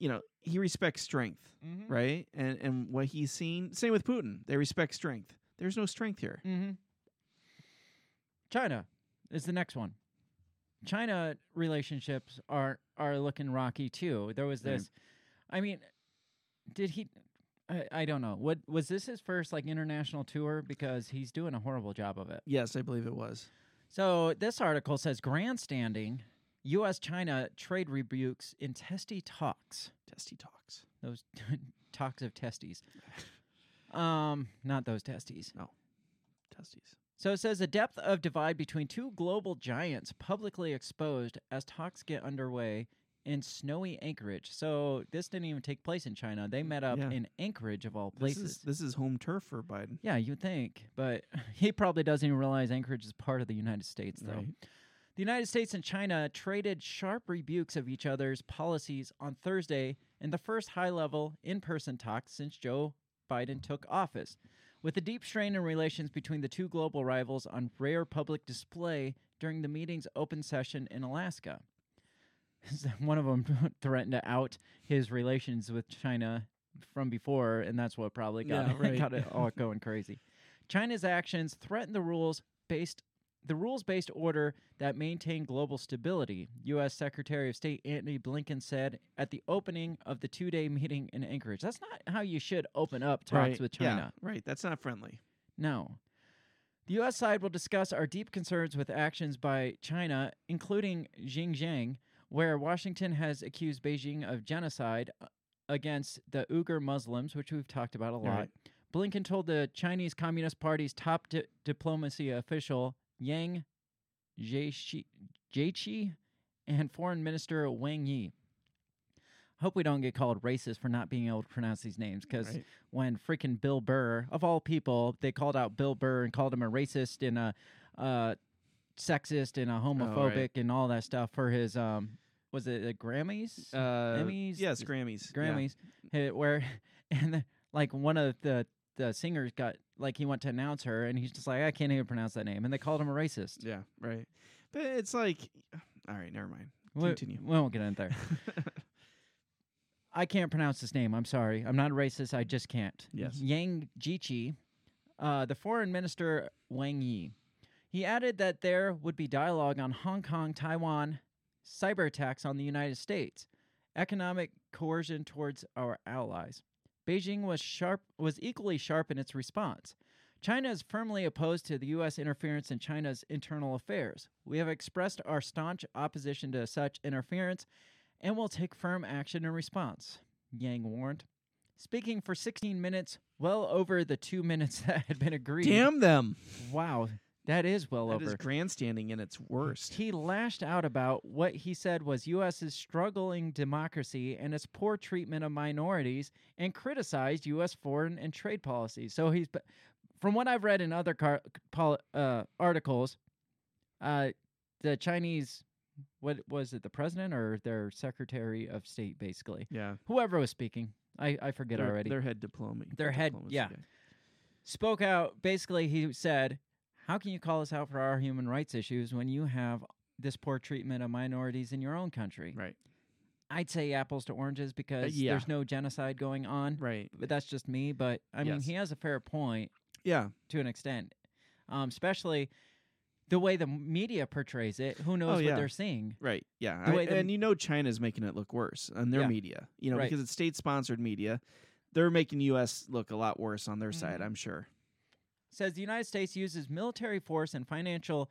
you know, he respects strength, Mm-hmm. right? And and what he's seen, same with Putin, they respect strength. There's no strength here. Mm-hmm. China is the next one. China relationships are are looking rocky too. There was Right. this. I mean, did he? I, I don't know. What was this his first like international tour? Because he's doing a horrible job of it. Yes, I believe it was. So this article says grandstanding, U.S. China trade rebukes in testy talks. Testy talks. Those talks of testes. Um, not those testes. Testies. So it says a depth of divide between two global giants publicly exposed as talks get underway in snowy Anchorage. So this didn't even take place in China. They met up Yeah. in Anchorage of all This places. is, this is home turf for Biden. yeah, you'd think, but he probably doesn't even realize Anchorage is part of the United States, though. Right. The United States and China traded sharp rebukes of each other's policies on Thursday in the first high level in person talk since Joe Biden took office. With a deep strain in relations between the two global rivals on rare public display during the meeting's open session in Alaska. One of them threatened to out his relations with China from before, and that's what probably got, Yeah, right. got it all going crazy. China's actions threaten the rules based the rules-based order that maintain global stability, U.S. Secretary of State Antony Blinken said at the opening of the two-day meeting in Anchorage. That's not how you should open up talks Right, with yeah, China. right. That's not friendly. No. The U.S. side will discuss our deep concerns with actions by China, including Xinjiang, where Washington has accused Beijing of genocide uh, against the Uyghur Muslims, which we've talked about a lot. Right. Blinken told the Chinese Communist Party's top di- diplomacy official, Yang Jiechi, Jiechi, and Foreign Minister Wang Yi. Hope we don't get called racist for not being able to pronounce these names because Right. when freaking Bill Burr, of all people, they called out Bill Burr and called him a racist and a uh, sexist and a Oh, homophobic and all that stuff for his, um, was it the Grammys? Uh, Emmys? Yes, Grammys. yeah. Grammys, eh, where and the, like one of the the singers got like he went to announce her and he's just like I can't even pronounce that name and they called him a racist. Yeah. right. But it's like, all right, never mind. We- Continue. We, won't get in there. I can't pronounce his name. I'm sorry. I'm not a racist. I just can't. Yes. Yang Jichi, uh, the foreign minister Wang Yi, he added that there would be dialogue on Hong Kong, Taiwan, cyber attacks on the United States, economic coercion towards our allies. Beijing was sharp was equally sharp in its response. China is firmly opposed to the U.S. interference in China's internal affairs. We have expressed our staunch opposition to such interference and will take firm action in response, Yang warned. Speaking for 16 minutes, well over the two minutes that had been agreed. Damn them. Wow. That is well That over. is grandstanding in its worst. He lashed out about what he said was U.S.'s struggling democracy and its poor treatment of minorities and criticized U.S. foreign and trade policies. So he's, from what I've read in other car, pol, uh, articles, uh, the Chinese, what was it, the president or their secretary of state, basically, Yeah, whoever was speaking, I, I forget their, already, Their head diploma. Their head- diplomacy yeah. guy. spoke out. Basically, he said, How can you call us out for our human rights issues when you have this poor treatment of minorities in your own country? Right. Uh, I'd say apples to oranges because yeah. there's no genocide going on. Right. But that's just me. But I mean, Yes. he has a fair point Yeah. to an extent, um, especially the way the media portrays it. Who knows Oh, yeah. what they're seeing? Right. Yeah. The I- way the- and you know China's making it look worse on their Yeah. media. You know, Right. because it's state sponsored media. They're making US look a lot worse on their side, Mm-hmm. I'm sure. Says the United States uses military force and financial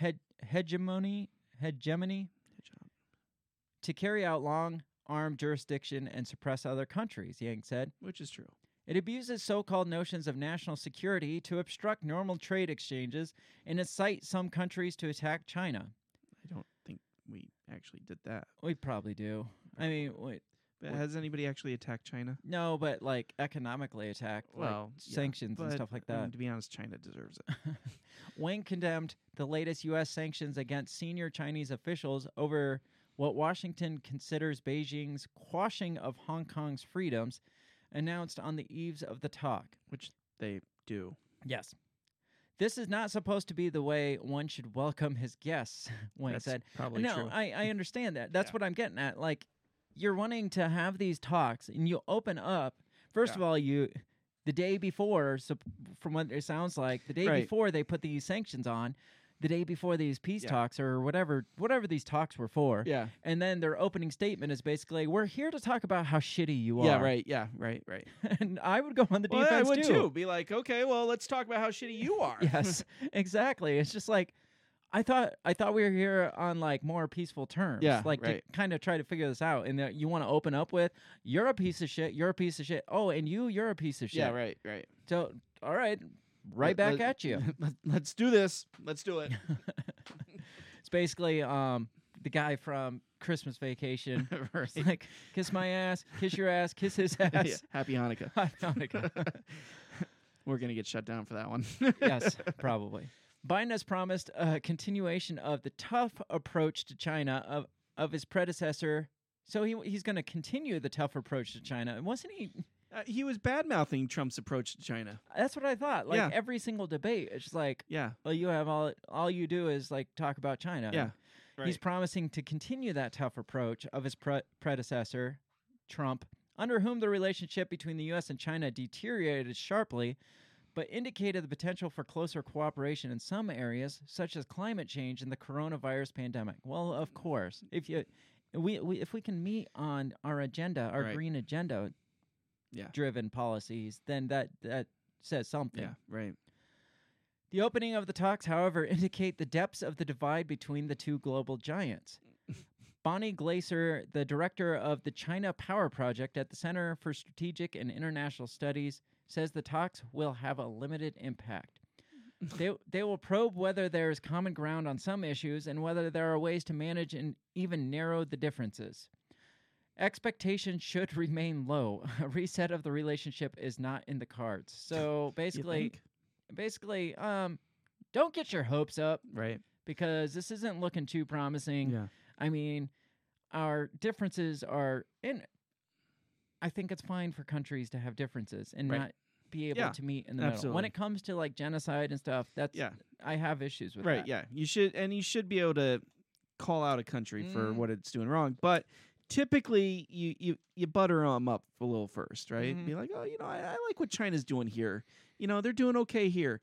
he- hegemony hegemony to carry out long armed jurisdiction and suppress other countries. Yang said. Which is true. It abuses so called notions of national security to obstruct normal trade exchanges and incite some countries to attack China. I don't think we actually did that. We probably do. I mean, wait, But Well- has anybody actually attacked China? no, but like economically attacked, like yeah, sanctions and but, stuff like I mean, that. to be honest, China deserves it. Wang condemned the latest U.S. sanctions against senior Chinese officials over what Washington considers Beijing's quashing of Hong Kong's freedoms, announced on the eves of the talk. Which they do. Yes. This is not supposed to be the way one should welcome his guests, Wayne That's said. probably no, true. I, I understand that. That's Yeah. what I'm getting at. Like, you're wanting to have these talks and you open up. First Yeah. of all, you the day before, so from what it sounds like, the day Right. before they put these sanctions on, the day before these peace Yeah. talks or whatever whatever these talks were for. Yeah. And then their opening statement is basically, "We're here to talk about how shitty you Yeah, are." right. Yeah, right, right. and I would go on the Well, yeah, I defense would too. Be like, okay, well, let's talk about how shitty you are. yes, exactly. It's just like I thought. I thought we were here on like more peaceful terms. Yeah, like right. to kind of try to figure this out. And that you want to open up with, "You're a piece of shit. You're a piece of shit." Oh, and you, you're a piece of shit. Yeah, right, right. So, all right, right back at you. Let, us do this. Let's do it. It's basically um the guy from Christmas Vacation. Right. It's like, kiss my ass, kiss your ass, kiss his ass. Happy Hanukkah. I found a guy. We're gonna get shut down for that one. yes, probably. Biden has promised a continuation of the tough approach to China of, of his predecessor. So he, he's going to continue the tough approach to China. And wasn't he? Uh, he was bad mouthing Trump's approach to China. That's what I thought. Like Yeah. every single debate, it's just like, Yeah, well, you have all, all you do is like talk about China. yeah. He's promising to continue that tough approach of his pre- predecessor, Trump, under whom the relationship between the U.S. and China deteriorated sharply, but indicated the potential for closer cooperation in some areas, such as climate change and the coronavirus pandemic. Well, of course, if you. We, we if we can meet on our agenda, our Right. green agenda, Yeah. driven policies, then that that says something. Yeah, right. The opening of the talks, however, indicate the depths of the divide between the two global giants. Bonnie Glaser, the director of the China Power Project at the Center for Strategic and International Studies, says the talks will have a limited impact. they, they will probe whether there is common ground on some issues and whether there are ways to manage and even narrow the differences. Expectations should remain low. A reset of the relationship is not in the cards. So basically, basically, um, don't get your hopes up right. because this isn't looking too promising. I mean, our differences are in. I think it's fine for countries to have differences and Right. not be able Yeah, to meet in the middle. When absolutely. it comes to like genocide and stuff, that's Yeah. I have issues with Right. that. Yeah. You should, and you should be able to call out a country for what it's doing wrong. But typically, you you you butter them up a little first, right? Mhm. Be like, oh, you know, I, I like what China's doing here. You know, they're doing okay here,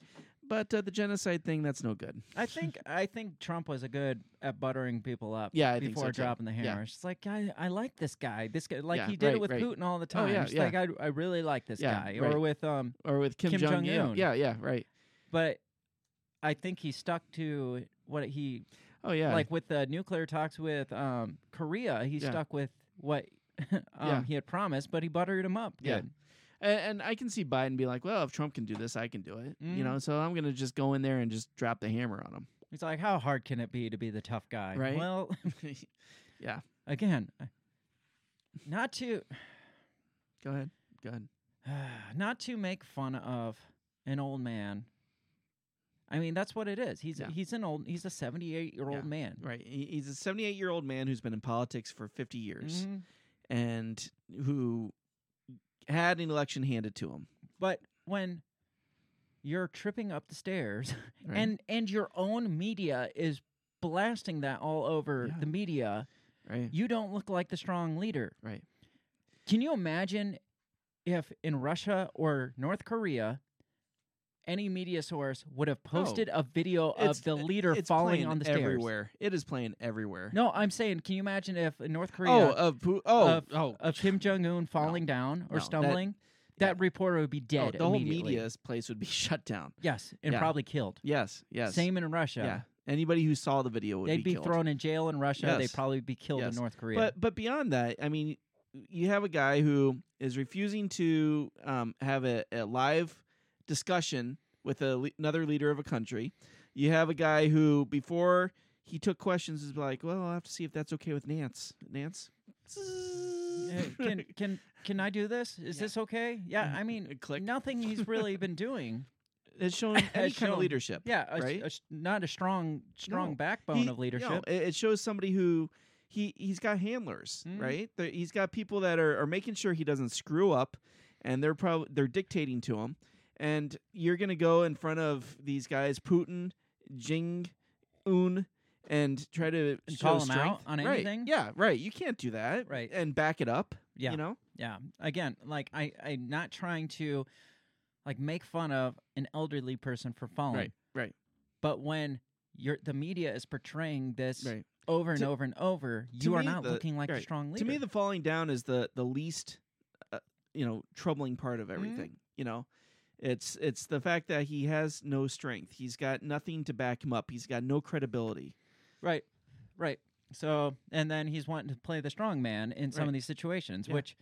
but uh, the genocide thing, that's no good. I think I think Trump was a good at buttering people up. Yeah, I think before so, too. dropping the Yeah. hammer, it's like I, I like this guy. This guy, like Yeah, he did it right, with right. Putin all the Oh, time. yeah, It's yeah. like I, I really like this Yeah, guy, right. or with um, Or with Kim, Kim Jong Jong-un. Il. Yeah. Yeah. Right. but I think he stuck to what he Oh yeah. like with the nuclear talks with um, Korea. He Yeah. stuck with what um, Yeah. he had promised, but he buttered him up. Yeah. good. And, and I can see Biden be like, well, if Trump can do this, I can do it. You Mm. know, so I'm gonna just go in there and just drop the hammer on him. He's like, how hard can it be to be the tough guy? Right. Well, yeah, again, I- not to go ahead, go ahead. not to make fun of an old man. I mean, that's what it is. He's Yeah. he's an old he's a 78 year old Yeah. man. Right, he- he's a 78 year old man who's been in politics for 50 years Mhm. and who had an election handed to him. But when you're tripping up the stairs Right? and and your own media is blasting that all over Yeah. the media, right, you don't look like the strong leader. right, Can you imagine if in Russia or North Korea any media source would have posted a video It's- uh, of uh, the leader it's falling playing on the stairs? everywhere. It is playing everywhere. No, I'm saying, can you imagine if in North Korea Oh, of Pu- oh, of- oh, of Kim Jong Un falling down or no, that- stumbling, that, yeah. reporter would be no, dead. the whole immediately. media's place would be shut down. yes, and Yeah. probably killed. Yes, yes. Same in Russia. Yeah. Anybody who saw the video would They'd be, killed. thrown in jail in Russia. Yes. They'd probably be killed Yes. in North Korea. But but beyond that, I mean, you have a guy who is refusing to um, have a, a live discussion with a, le- another leader of a country. You have a guy who before he took questions is like, well, I'll have to see if that's okay with Nance. Nance. Uh, can can can I do this? Is Yeah. this okay? Yeah, Mm. I mean, Click. nothing he's really been doing. it's showing any kind Has of shown- leadership. Yeah, a, Right? a s- not a strong strong No. backbone He- of leadership. No, it, it shows somebody who he he's got handlers, Mm. right? There- he's got people that are, are making sure he doesn't screw up, and they're probably they're dictating to him. And you're gonna go in front of these guys, Putin, Jing, Un, and try to And show call 'em strength. out on Right. anything? Yeah, right. You can't do that. Right. and back it up. yeah, you know. yeah. Again, like I I'm not trying to like make fun of an elderly person for falling. Right, right, But when you're the media is portraying this right. over and To- over and over, you to are me, not the- looking like a right. strong leader. To me, the falling down is the the least, uh, you know, troubling part of everything. You know, it's it's the fact that he has no strength. He's got nothing to back him up. He's got no credibility. Right, right. So, and then he's wanting to play the strong man in some Right. of these situations, Yeah. which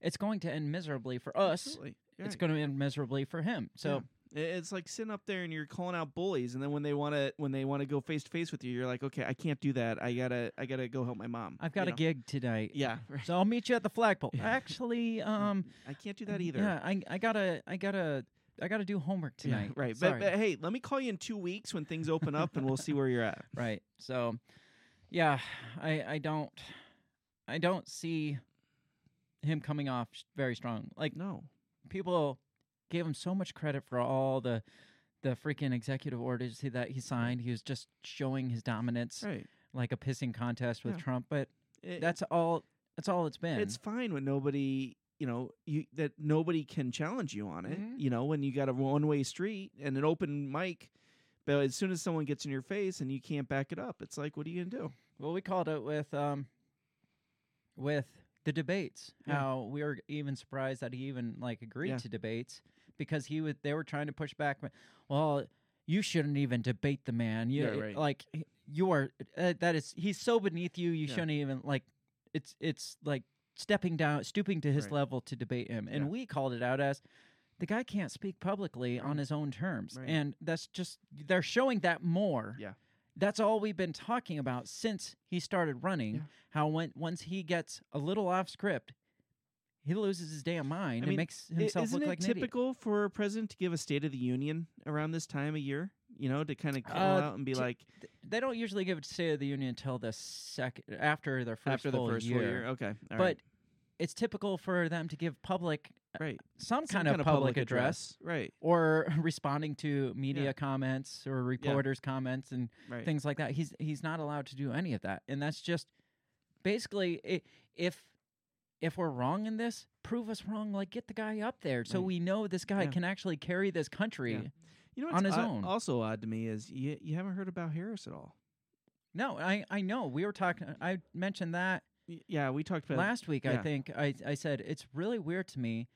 it's going to end miserably for us. Absolutely. It's Right. going to end miserably for him. So, I- it's like sitting up there and you're calling out bullies, and then when they want to when they want to go face to face with you, you're like, okay, I can't do that. I gotta I gotta go help my mom. I've got you a know? gig tonight. Yeah, right. So I'll meet you at the flagpole. Yeah. Actually, um, I can't do that either. Yeah, I, I gotta, I gotta, I gotta do homework Yeah, tonight. right. But, Sorry. but hey, let me call you in two weeks when things open up, and we'll see where you're at. right. So, yeah, I, I don't, I don't see him coming off s- very strong. Like No, people gave him so much credit for all the the freaking executive orders he- that he signed. He was just showing his dominance right. like a pissing contest with Yeah. Trump, but It- that's all that's all it's been. It's fine when nobody, you know, you that nobody can challenge you on it. Mhm. You know, when you got a one-way street and an open mic, but as soon as someone gets in your face and you can't back it up, it's like, what are you gonna do? well, we called it with um with the debates. Yeah. How we were even surprised that he even like agreed Yeah. to debates because he was they were trying to push back but, well you shouldn't even debate the man. You Yeah, right. like you are uh, that is he's so beneath you you Yeah. shouldn't even like it's it's like stepping down stooping to his Right. level to debate him and Yeah. we called it out as the guy can't speak publicly on Right. his own terms Right. and that's just they're showing that more Yeah. that's all we've been talking about since he started running Yeah. how when, once he gets a little off script he loses his damn mind and mean, makes I- himself Isn't look it like an idiot. typical for a president to give a State of the Union around this time of year? You know, to kind of call Uh, out and be t- like Th- they don't usually give it to State of the Union until the second after their first after the full first year, full year. Okay, all but right, it's typical for them to give public uh, right. some, Some kind, of public, address Right, or responding to media comments or reporters comments and right. things like that he's he's not allowed to do any of that and that's just basically i if if we're wrong in this prove us wrong like get the guy up there so Right. we know this guy Yeah. can actually carry this country Yeah. you know, on what's his odd- own. Also odd to me is you you haven't heard about Harris at all. no i i know we were talking i mentioned that Y- Yeah, we talked about last week i yeah. think i i said it's really weird to me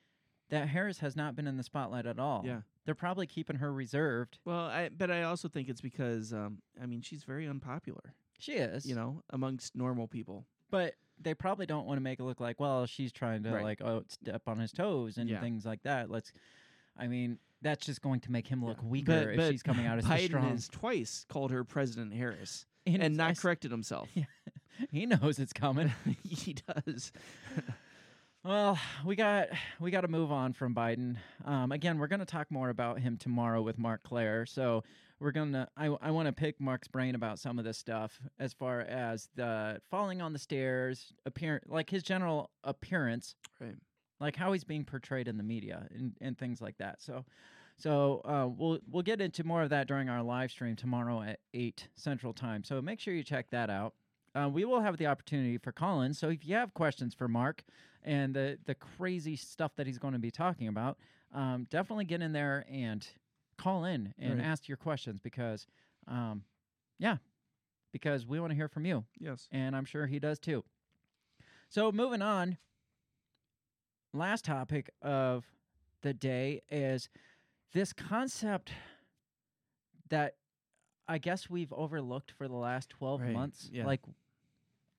that harris has not been in the spotlight at all Yeah. they're probably keeping her reserved Well, I but I also think it's because um, I mean she's very unpopular, she is you know, amongst normal people. but they probably don't want to make it look like well she's trying to Right. like oh step on his toes and Yeah. things like that. Let's, I mean, that's just going to make him look weaker But, if but she's coming out as Biden a strong has twice called her President Harris And and not it's- corrected himself. He knows it's coming. he does. Well, we got we got to move on from Biden. Um, again, we're going to talk more about him tomorrow with Mark Claire. So we're gonna I I want to pick Mark's brain about some of this stuff as far as the falling on the stairs, appear like his general appearance, Right. Like how he's being portrayed in the media and, and things like that. So. So uh, we'll we'll get into more of that during our live stream tomorrow at eight Central Time. So make sure you check that out. Uh, we will have the opportunity for Colin. So if you have questions for Mark, and the the crazy stuff that he's going to be talking about, um, definitely get in there and call in and Right. ask your questions because, um, yeah, because we want to hear from you, Yes. and I'm sure he does too. So moving on, last topic of the day is this concept that I guess we've overlooked for the last 12 Right, months. yeah. Like,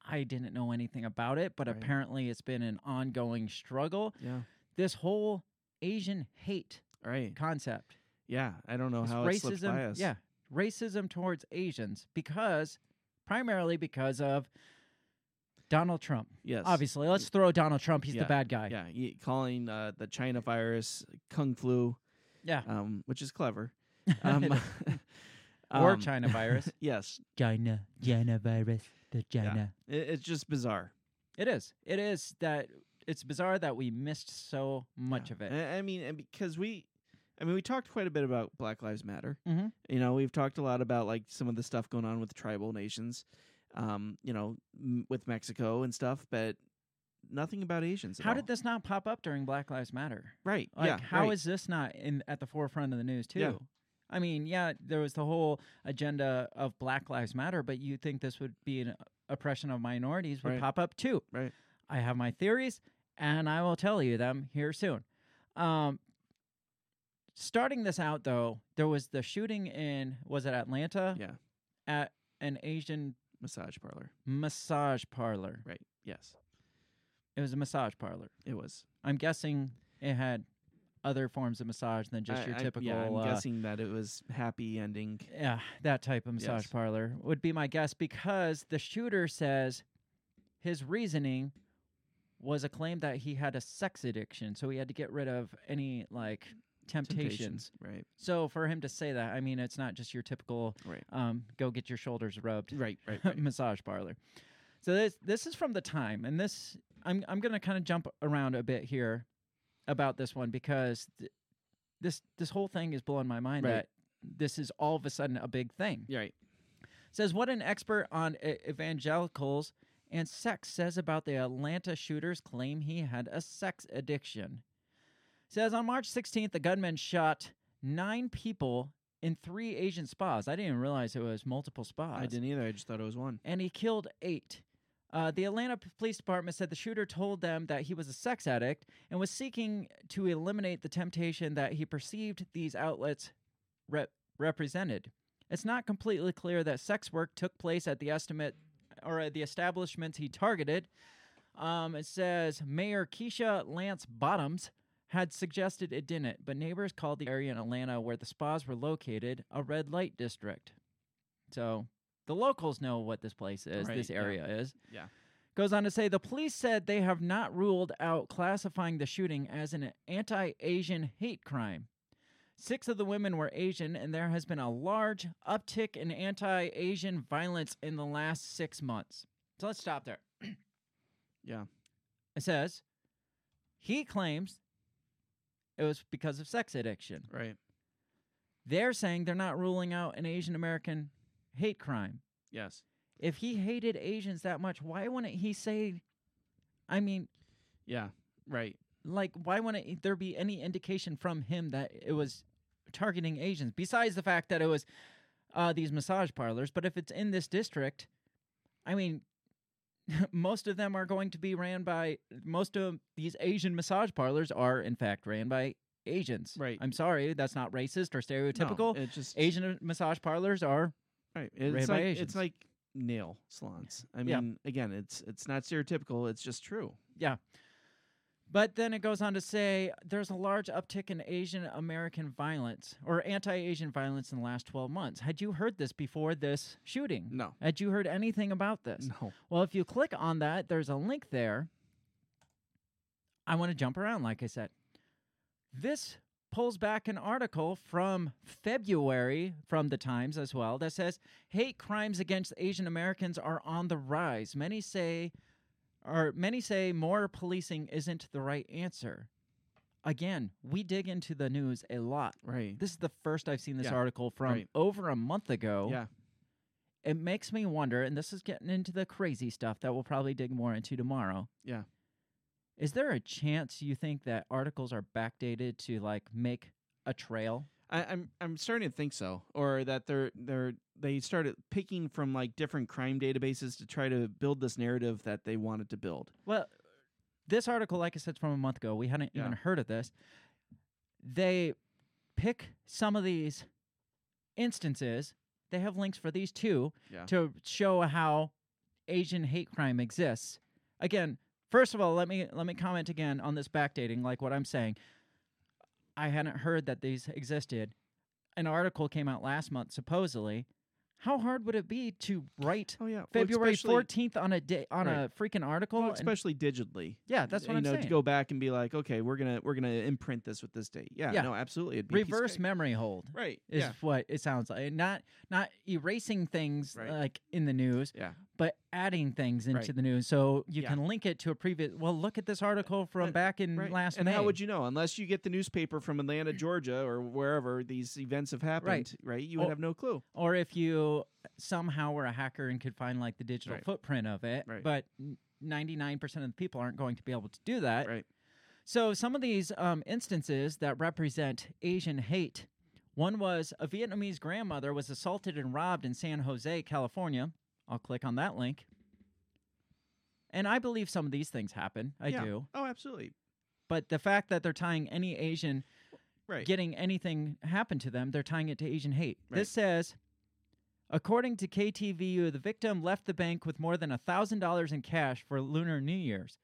I didn't know anything about it, but Right. apparently it's been an ongoing struggle. Yeah. This whole Asian hate Right. concept. Yeah. I don't know This Oh, how it slipped by racism, us. yeah, racism towards Asians because primarily because of Donald Trump. Yes. Obviously, let's throw Donald Trump. He's Yeah, the bad guy. Yeah. y- Calling uh, the China virus kung flu, Yeah. um, which is clever. It Um, or um, China virus. Yes. China, China virus, the China. It, it's just bizarre. It is. It is that it's bizarre that we missed so much Yeah. of it. I, I mean, and because we, I mean, we talked quite a bit about Black Lives Matter. Mhm. You know, we've talked a lot about like some of the stuff going on with tribal nations, um, you know, m- with Mexico and stuff, but nothing about Asians. at How all. did this not pop up during Black Lives Matter? Right. Like, yeah. how is right. this not in at the forefront of the news too? Yeah. I mean, yeah, there was the whole agenda of Black Lives Matter, but you think this would be an oppression of minorities would Right. pop up too? Right. I have my theories, and I will tell you them here soon. Um, starting this out though, there was the shooting in was it Atlanta Yeah. at an Asian massage parlor? massage parlor. Right. Yes. It was a massage parlor. It was I'm guessing it had other forms of massage than just I- your I- typical. yeah, I'm uh, guessing that it was happy ending. Yeah, that type of massage Yes. parlor would be my guess because the shooter says his reasoning was a claim that he had a sex addiction, so he had to get rid of any like temptations. Right. So for him to say that, I mean, it's not just your typical Right. um, go get your shoulders rubbed Right. Right. right. massage parlor. So this this is from the time, and this I'm I'm gonna kind of jump around a bit here about this one because th- this this whole thing is blowing my mind Right. that this is all of a sudden a big thing. Yeah, right. Says what an expert on e- evangelicals and sex says about the Atlanta shooter's claim he had a sex addiction. Says on March 16th, the gunman shot nine people in three Asian spas. I didn't even realize it was multiple spas I didn't either. I just thought it was one. and he killed eight. Uh, the Atlanta P- Police Department said the shooter told them that he was a sex addict and was seeking to eliminate the temptation that he perceived these outlets rep- represented. It's not completely clear that sex work took place at the estimate or at the establishments he targeted. Um, it says Mayor Keisha Lance Bottoms had suggested it didn't, but neighbors called the area in Atlanta where the spas were located a red light district. So the locals know what this place is, Right, this yeah. area is. Yeah. Goes on to say the police said they have not ruled out classifying the shooting as an anti Asian hate crime. Six of the women were Asian, and there has been a large uptick in anti Asian violence in the last six months. So let's stop there. Yeah. It says he claims it was because of sex addiction. Right. They're saying they're not ruling out an Asian American hate crime. Yes. If he hated Asians that much, why wouldn't he say? I mean, Yeah. Right. like, why wouldn't there be any indication from him that it was targeting Asians besides the fact that it was uh, these massage parlors? But if it's in this district, I mean, most of them are going to be ran by most of these Asian massage parlors are, in fact, ran by Asians. Right. I'm sorry, that's not racist or No, stereotypical. it just Asian massage parlors are Right. It's Ran by like Asians. it's like nail salons. I Yeah. mean, again, it's it's not stereotypical. It's just true. But then it goes on to say there's a large uptick in Asian American violence or anti Asian violence in the last 12 months. Had you heard this before this shooting? No, Had you heard anything about this? no. Well, if you click on that, there's a link there. I want to jump around, like I said. This pulls back an article from February from the Times as well that says hate crimes against Asian Americans are on the rise. Many say or many say more policing isn't the right answer. Again, we dig into the news a lot. Right. This is the first I've seen this Yeah, article from right. over a month ago Yeah. it makes me wonder, and this is getting into the crazy stuff that we'll probably dig more into tomorrow. Yeah. Is there a chance you think that articles are backdated to like make a trail? I, I'm I'm starting to think so, or that they're they're they started picking from like different crime databases to try to build this narrative that they wanted to build. Well, this article, like I said, is from a month ago. We hadn't even Yeah. heard of this. They pick some of these instances. They have links for these two Yeah. to show how Asian hate crime exists. Again, first of all, let me let me comment again on this backdating, like what I'm saying. I hadn't heard that these existed. An article came out last month, supposedly. How hard would it be to write Oh yeah. February fourteenth. fourteenth on a day on Right. a freaking article? Well, and- especially digitally. yeah, that's what you I'm know, saying. to go back and be like, okay, we're gonna we're gonna imprint this with this date. Yeah, Yeah. no, absolutely. It'd be a piece of Reverse cake. memory hold right? is yeah, what it sounds like. Not not erasing things Right. like in the news, yeah. but adding things into Right. the news so you Yeah. can link it to a previous. Well, look at this article from And- back in Right. last. and May. Mm. how would you know unless you get the newspaper from Atlanta, Georgia, or wherever these events have happened? Right. You would Oh. have no clue. Or if you somehow were a hacker and could find like the digital Right. footprint of it, Right. but ninety nine percent of the people aren't going to be able to do that. Right. So some of these um, instances that represent Asian hate. One was a Vietnamese grandmother was assaulted and robbed in San Jose, California. I'll click on that link. And I believe some of these things happen. I Yeah. do. Oh, absolutely. But the fact that they're tying any Asian Right. getting anything happen to them, they're tying it to Asian hate. Right. This says, according to KTVU, the victim left the bank with more than $1,000 in cash for Lunar New Year's.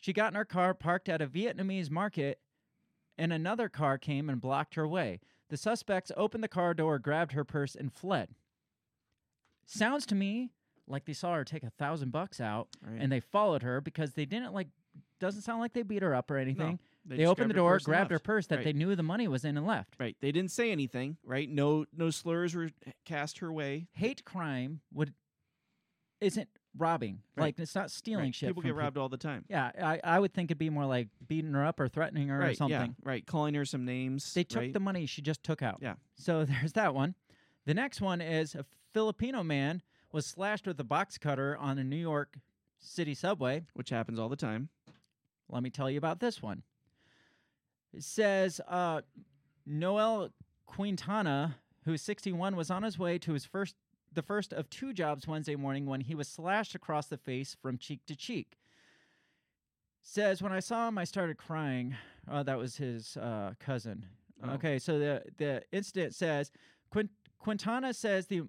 She got in her car parked at a Vietnamese market, and another car came and blocked her way. The suspects opened the car door, grabbed her purse, and fled. Sounds to me like they saw her take a thousand bucks out Right. and they followed her because they didn't like doesn't sound like they beat her up or anything. They, just opened the grabbed her door, purse and grabbed her left. purse that Right. they knew the money was in, and left. Right. They didn't say anything. Right. No. No slurs were cast her way. Hate crime would isn't robbing. Right. Like it's not stealing Right. shit. People from get robbed all the time. Yeah, I, I would think it'd be more like beating her up or threatening her right. or something. Yeah. Right. Calling her some names. They took right? the money she just took out. Yeah. So there's that one. The next one is a Filipino man was slashed with a box cutter on a New York City subway. which happens all the time. Let me tell you about this one. It says uh, Noel Quintana, who's 61, was on his way to his first the first of two jobs Wednesday morning when he was slashed across the face from cheek to cheek. Says when I saw him, I started crying. Uh, that was his uh, cousin. Oh. Okay, so the the incident says Quint- Quintana says the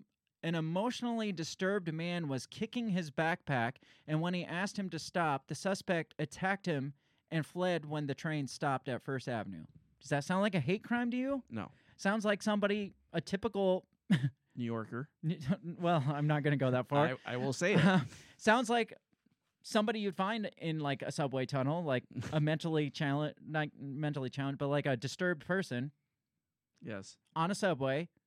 an emotionally disturbed man was kicking his backpack, and when he asked him to stop, the suspect attacked him and fled when the train stopped at First Avenue. Does that sound like a hate crime to you? No. Sounds like somebody, a typical. New Yorker. Well, I'm not going to go that far. I, I will say it. Um, sounds like somebody you'd find in like a subway tunnel, like a mentally challenged, not mentally challenged, but like a disturbed person yes. on a subway,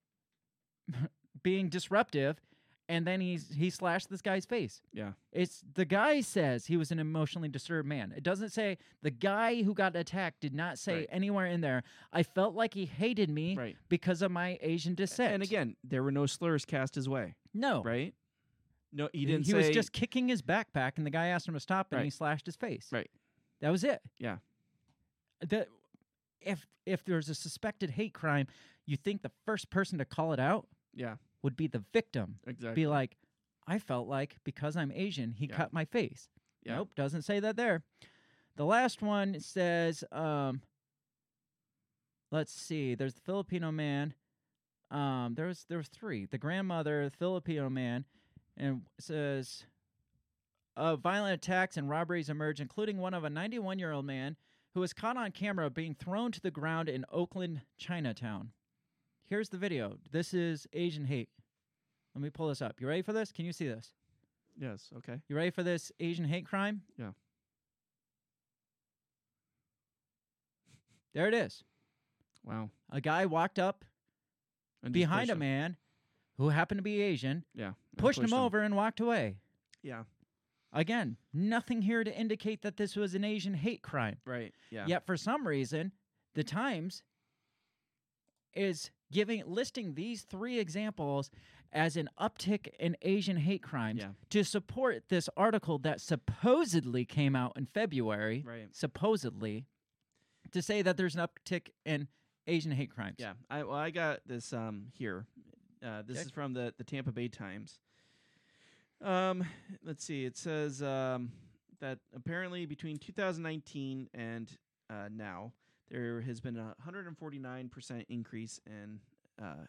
being disruptive, and then he's he slashed this guy's face. Yeah. It's the guy says he was an emotionally disturbed man. It doesn't say the guy who got attacked did not say Right. anywhere in there. I felt like he hated me Right. because of my Asian descent. And again, there were no slurs cast his way. no, Right. No, he He, didn't. was say- just kicking his backpack, and the guy asked him to stop, and he Right. slashed his face. Right. That was it. Yeah. That if if there's a suspected hate crime, you think the first person to call it out Yeah. would be the victim. Exactly. Be like, I felt like because I'm Asian, he Yeah. cut my face. Yeah. Nope, doesn't say that there. The last one says, um, let's see, there's the Filipino man. Um, there was there was three. The grandmother, the Filipino man, and it says uh, violent attacks and robberies emerge, including one of a 91 year old man who was caught on camera being thrown to the ground in Oakland, Chinatown. Here's the video. This is Asian hate. Let me pull this up. You ready for this? Can you see this? Yes. Okay. You ready for this Asian hate crime? Yeah. There it is. Wow. A guy walked up And just behind pushed a him. man who happened to be Asian, Yeah. and pushed, him, over, and walked away. Yeah. Again, nothing here to indicate that this was an Asian hate crime. Right. Yeah. Yet for some reason, the Times is giving listing these three examples as an uptick in Asian hate crimes Yeah. to support this article that supposedly came out in February, Right. supposedly to say that there's an uptick in Asian hate crimes. Uh, Yeah, I well, I got this um here. Uh, this Okay. is from the the Tampa Bay Times. Um, let's see. It says um that apparently between 2019 and uh, now there has been a 149 percent increase in uh,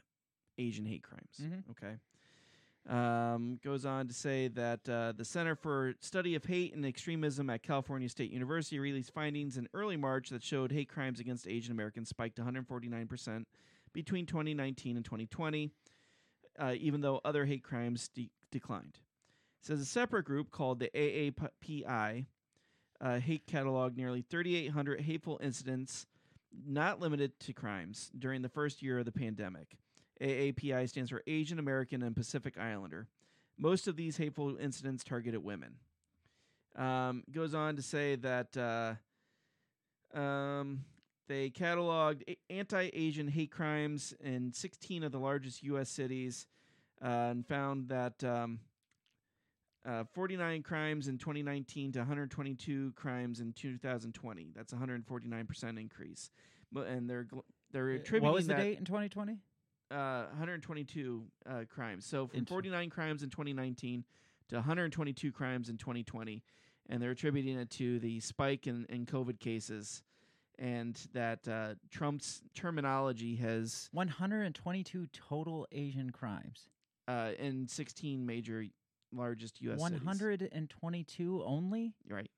Asian hate crimes. Mhm. Okay. Um, goes on to say that uh, the Center for Study of Hate and Extremism at California State University released findings in early March that showed hate crimes against Asian Americans spiked 149% between 2019 and 2020, uh, even though other hate crimes de- declined. It says a separate group called the AAPI uh, hate catalog nearly 3,800 hateful incidents, not limited to crimes, during the first year of the pandemic. AAPI stands for Asian American and Pacific Islander. Most of these hateful incidents targeted women. Um, goes on to say that uh, um, they cataloged a- anti-Asian hate crimes in 16 of the largest U.S. cities uh, and found that um, uh, 49 crimes in 2019 to 122 crimes in 2020. That's 149 percent increase, Mo- and they're gl- they're Uh, attributing What was the that date in 2020? uh, 122 uh, crimes. So from Int- 49 crimes in 2019 to 122 crimes in 2020, and they're attributing it to the spike in, in COVID cases, and that uh, Trump's terminology has 122 total Asian crimes. uh, in 16 major largest U.S. cities. 122 only? Right.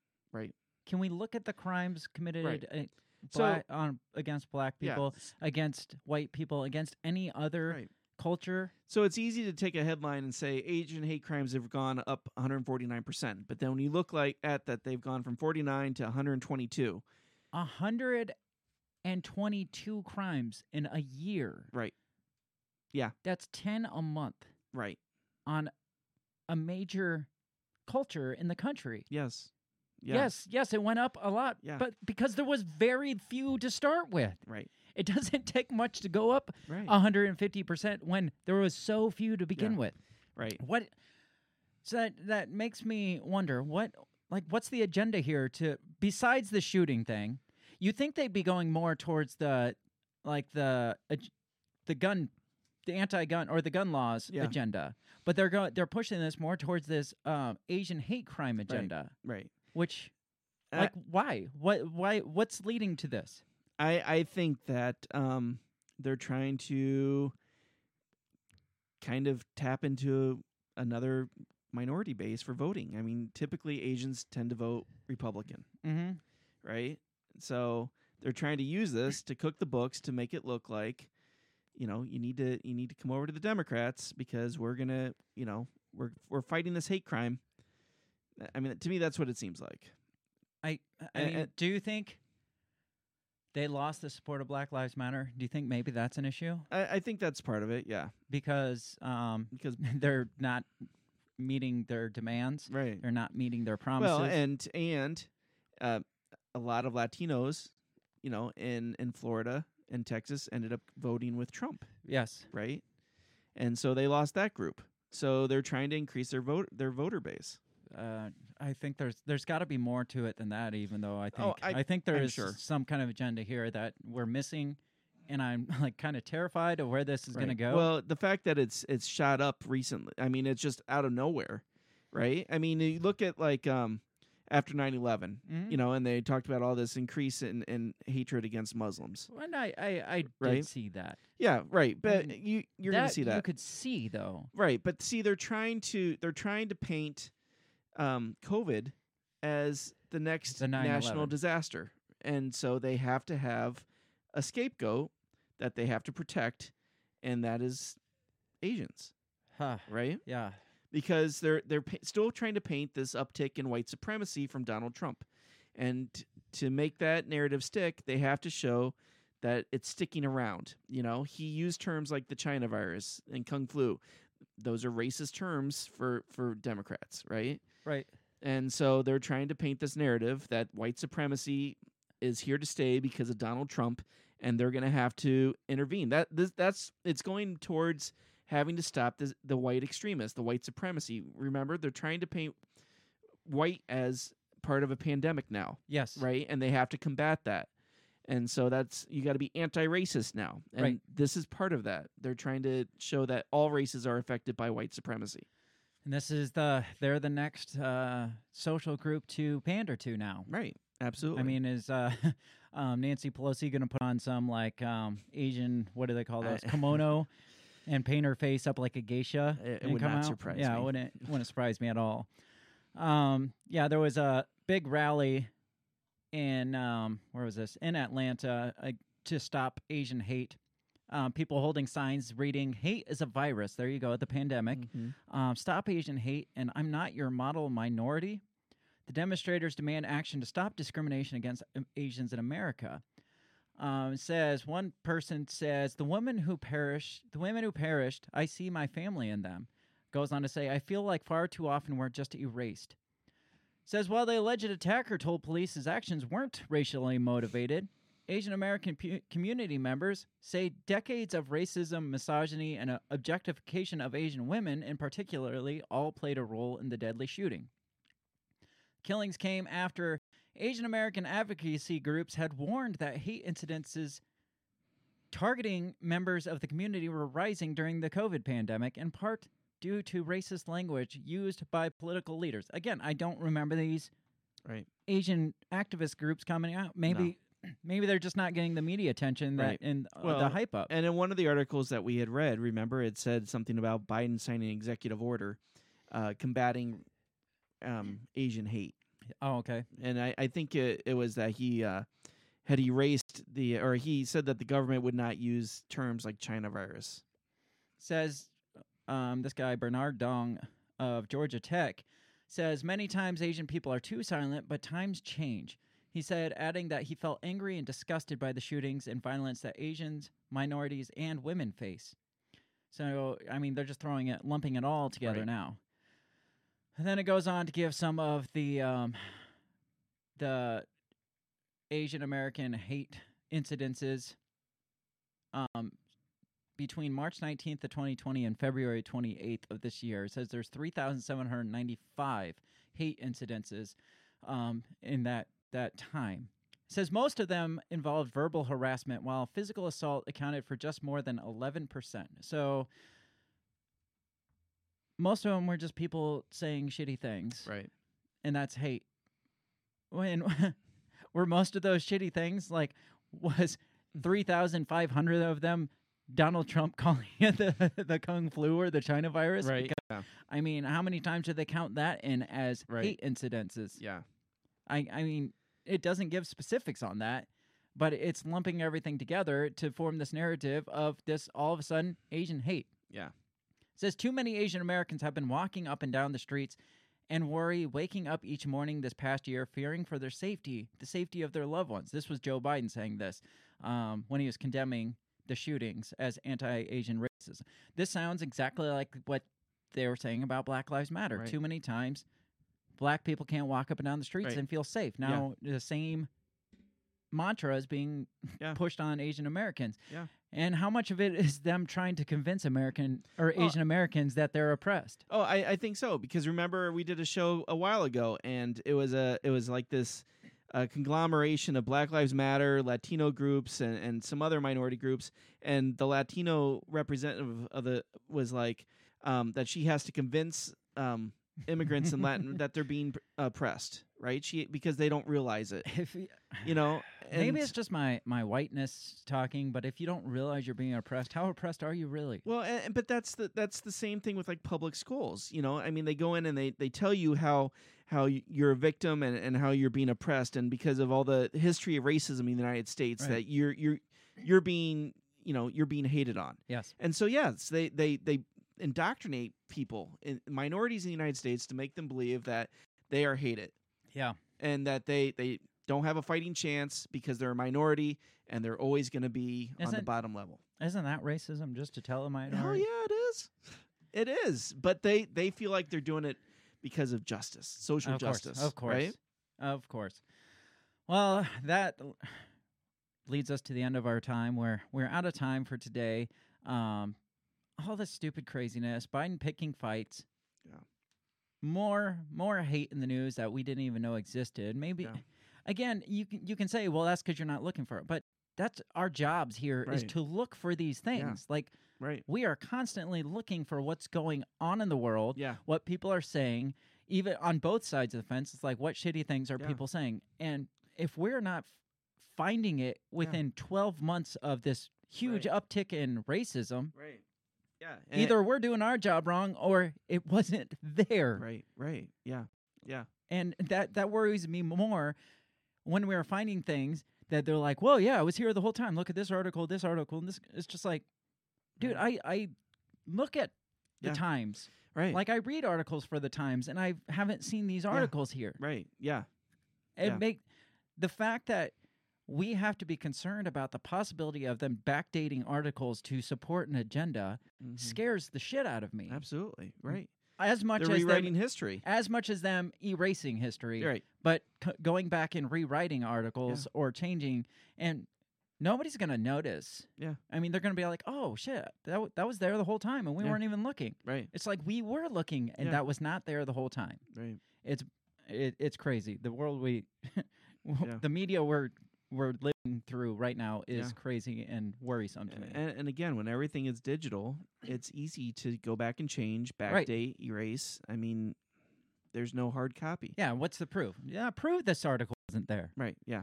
Can we look at the crimes committed uh, So- bla- on against black Yeah. people, against white people, against any other Right. culture? So it's easy to take a headline and say Asian hate crimes have gone up 149%, but then when you look like at that they've gone from 49 to 122. 122 crimes in a year. Right. That's 10 a month Right. on a major culture in the country. Yes. Yeah. Yes, yes, it went up a lot, Yeah. but because there was very few to start with. Right. It doesn't take much to go up Right. 150% when there was so few to begin Yeah. with. right. What so that that makes me wonder what like what's the agenda here to besides the shooting thing? You think they'd be going more towards the like the ag- the gun the anti-gun or the gun laws Yeah. agenda. But they're going they're pushing this more towards this um, Asian hate crime agenda, Right. which Uh, like why? What why what's leading to this? I I think that um they're trying to kind of tap into another minority base for voting. I mean, typically Asians tend to vote Republican, Mm-hmm. right? So they're trying to use this to cook the books to make it look like you know, you need to you need to come over to the Democrats because we're going to, you know, we're we're fighting this hate crime. I mean, to me that's what it seems like. I I And- mean, and- do you think they lost the support of Black Lives Matter? Do you think maybe that's an issue I, I think that's part of it, yeah. because um, Because they're not meeting their demands? right. They're not meeting their promises. Well, and and uh, a lot of Latinos, you know, in in Florida and Texas, ended up voting with Trump, yes, right? And so they lost that group. So they're trying to increase their vote their voter base. uh, I think there's there's got to be more to it than that. Even though I think Oh, I- think there I'm is sure. some kind of agenda here that we're missing, and I'm like kind of terrified of where this is going to Right. go. Well, the fact that it's it's shot up recently, I mean, it's just out of nowhere, right? I mean, you look at like um, after 9-11 Mhm. you know and they talked about all this increase in, in hatred against muslims And I, I, I did Right? see that. yeah right but mean, you you're gonna see that Mm-hmm. You could see though. Right, but see, they're trying to they're trying to paint um, COVID as the next The 9/11. national disaster, and so they have to have a scapegoat that they have to protect, and that is Asians, Huh. right? Yeah. Because they're they're pa- still trying to paint this uptick in white supremacy from Donald Trump, and t- to make that narrative stick, they have to show that it's sticking around. You know, he used terms like the China virus and kung flu those are racist terms for for Democrats, right? Right. And so they're trying to paint this narrative that white supremacy is here to stay because of Donald Trump, and they're going to have to intervene. That this, that's it's going towards having to stop this, the white extremists, the white supremacy. Remember, they're trying to paint white as part of a pandemic now, Yes. right? And they have to combat that. And so that's you got to be anti-racist now, and Right. this is part of that. They're trying to show that all races are affected by white supremacy. And this is the they're the next uh, social group to pander to now. Right. Absolutely. I mean, is uh, um, Nancy Pelosi going to put on some like um, Asian? What do they call I- those kimono? And paint her face up like a geisha. It- it and would come not out? surprise yeah, me. it wouldn't wouldn't surprise me at all. Um, yeah, there was a big rally in um, where was this in Atlanta uh, to stop Asian hate. Um, people holding signs reading "Hate is a virus." There you go, the pandemic. Mm-hmm. Um, stop Asian hate, and I'm not your model minority. The demonstrators demand action to stop discrimination against um, Asians in America. Um, it says one person says the woman who perished, the women who perished, I see my family in them. Goes on to say, I feel like far too often we're just erased. Says while the alleged attacker told police his actions weren't racially motivated, Asian American pu- community members say decades of racism, misogyny, and uh, objectification of Asian women, in particularly, all played a role in the deadly shooting. Killings came after Asian American advocacy groups had warned that hate incidences targeting members of the community were rising during the COVID pandemic, in part due to racist language used by political leaders. Again, I don't remember these Right. Asian activist groups coming out. Maybe maybe they're just not getting the media attention that Right. and uh, the Well, hype up. And in one of the articles that we had read, remember it said something about Biden signing an executive order uh, combating um, Asian hate, oh, okay. and I, I think it, it was that he uh, had erased the or he said that the government would not use terms like China virus. says um, this guy Bernard Dong of Georgia Tech says many times Asian people are too silent, but times change. He said, adding that he felt angry and disgusted by the shootings and violence that Asians, minorities, and women face. So, I mean, they're just throwing it, lumping it all together Right. now. And then it goes on to give some of the um, the Asian American hate incidences um, between March 19th of 2020 and February 28th of this year. It says there's 3,795 hate incidences um, in that that time. It says most of them involved verbal harassment, while physical assault accounted for just more than 11 percent. So most of them were just people saying shitty things, Right. and that's hate. When were most of those shitty things like was Mm. 3,500 of them Donald Trump calling it the, the Kung Flu or the China virus? Right. Because, Yeah. I mean, how many times do they count that in as Right. hate incidences? Yeah. I, I mean, it doesn't give specifics on that, but it's lumping everything together to form this narrative of this all of a sudden Asian hate. Yeah. It says too many Asian Americans have been walking up and down the streets and worry, waking up each morning this past year, fearing for their safety, the safety of their loved ones. This was Joe Biden saying this um, when he was condemning the shootings as anti-Asian racism. This sounds exactly like what they were saying about Black Lives Matter. Right. Too many times, black people can't walk up and down the streets Right. and feel safe. Now the same mantra is being Yeah. pushed on Asian Americans. Yeah. And how much of it is them trying to convince American or Well, Asian Americans that they're oppressed? Oh, I, I think so because remember we did a show a while ago and it was a it was like this uh, conglomeration of Black Lives Matter, Latino groups, and, and some other minority groups. And the Latino representative of the was like um, that she has to convince um, immigrants in Latin that they're being oppressed, right? She because they don't realize it, If y- you know. maybe And- it's just my my whiteness talking, but if you don't realize you're being oppressed, how oppressed are you really? Well, and, but that's the that's the same thing with like public schools. You know, I mean, they go in and they they tell you how how y- you're a victim and, and how you're being oppressed, and because of all the history of racism in the United States, Right. that you're you're you're being you know you're being hated on. Yes. And so yes, they they they indoctrinate people in minorities in the United States to make them believe that they are hated Yeah. and that they they don't have a fighting chance because they're a minority and they're always going to be on the Isn't- bottom level. Isn't that racism just to tell a Oh minority? yeah, it is. It is. But they they feel like they're doing it because of justice, social Of course, justice. of course. right? Of course. Well, that leads us to the end of our time where we're out of time for today. Um, all this stupid craziness, Biden picking fights. Yeah. More more hate in the news that we didn't even know existed. Maybe Yeah. again, you can you can say, well, that's because you're not looking for it. But that's our jobs here is Right. to look for these things. Like Right. we are constantly looking for what's going on in the world Yeah. what people are saying, even on both sides of the fence. It's like, what shitty things are Yeah. people saying? And if we're not f- finding it within 12 months of this huge uptick in racism, Right. Yeah. either we're doing our job wrong or it wasn't there. Right. Right. Yeah. And that, that worries me more when we're finding things that they're like, well, yeah, I was here the whole time. Look at this article, this article. And this, it's just like, dude, I, I look at the Yeah. times. Right. Like I read articles for the times and I haven't seen these articles here. right. Yeah. and Yeah. make the fact that we have to be concerned about the possibility of them backdating articles to support an agenda Mhm. scares the shit out of me Absolutely. Right. as Mm-hmm. much They're as rewriting them, history. as much as them erasing history Right. but c- going back and rewriting articles or changing and nobody's going to notice Yeah. i mean they're going to be like oh shit that, w- that was there the whole time and we Yeah. weren't even looking Right. it's like we were looking and Yeah. that was not there the whole time Right. it's it, it's crazy. The world we, w- Yeah. the media we're we're living through right now is Yeah. crazy and worrisome to me. And, and again, when everything is digital, it's easy to go back and change, backdate, Right. erase. I mean, there's no hard copy. yeah, what's the proof? Yeah, prove this article isn't there. Right. Yeah.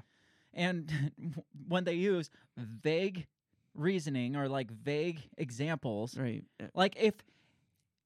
And when they use vague reasoning or like vague examples, Right. Uh, like if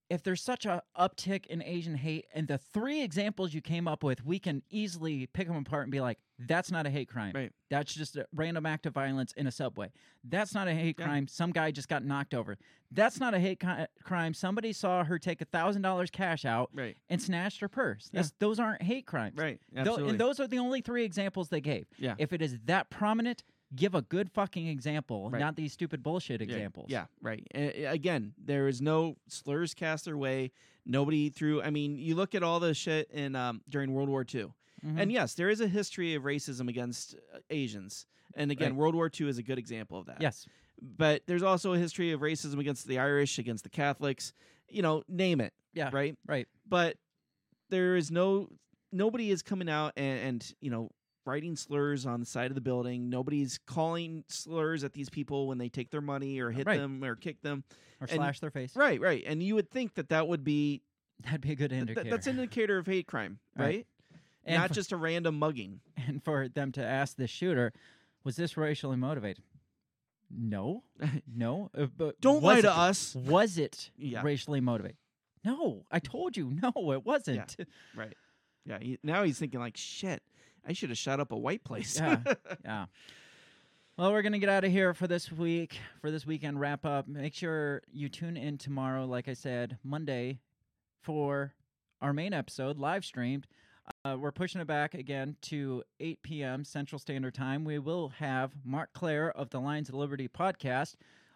if there's such a uptick in Asian hate, and the three examples you came up with, we can easily pick them apart and be like, "That's not a hate crime. Right. That's just a random act of violence in a subway. That's not a hate Yeah. crime. Some guy just got knocked over. That's not a hate ki- crime. Somebody saw her take a thousand dollars cash out Right. and snatched her purse. Yeah. That's, those aren't hate crimes. Right. Tho- Absolutely. and those are the only three examples they gave. Yeah. If it is that prominent, give a good fucking example, Right. not these stupid bullshit Yeah, examples. Yeah, right. A- a- again, there is no slurs cast their way. Nobody threw. I mean, you look at all the shit in um, during World War II, Mhm. and yes, there is a history of racism against uh, Asians. And again, Right. World War II is a good example of that. Yes. but there's also a history of racism against the Irish, against the Catholics. You know, name it. Yeah, Right. right. But there is no nobody is coming out and, and you know writing slurs on the side of the building. Nobody's calling slurs at these people when they take their money or hit Right. them or kick them. Or And- slash their face. Right, right. And you would think that that would be That'd be a good th- indicator. that's an indicator of hate crime, Right. right? and Not for, just a random mugging. and for them to ask the shooter, was this racially motivated? No, no. uh, but Don't was lie to it- us. Was it Yeah. racially motivated? No, I told you, no, it wasn't. Yeah, Right. Yeah. He, now he's thinking like, shit. I should have shot up a white place. yeah. Well, we're gonna get out of here for this week, for this weekend wrap up. Make sure you tune in tomorrow, like I said, Monday, for our main episode live streamed. Uh, we're pushing it back again to 8 p.m. Central Standard Time. We will have Mark Claire of the Lions of Liberty podcast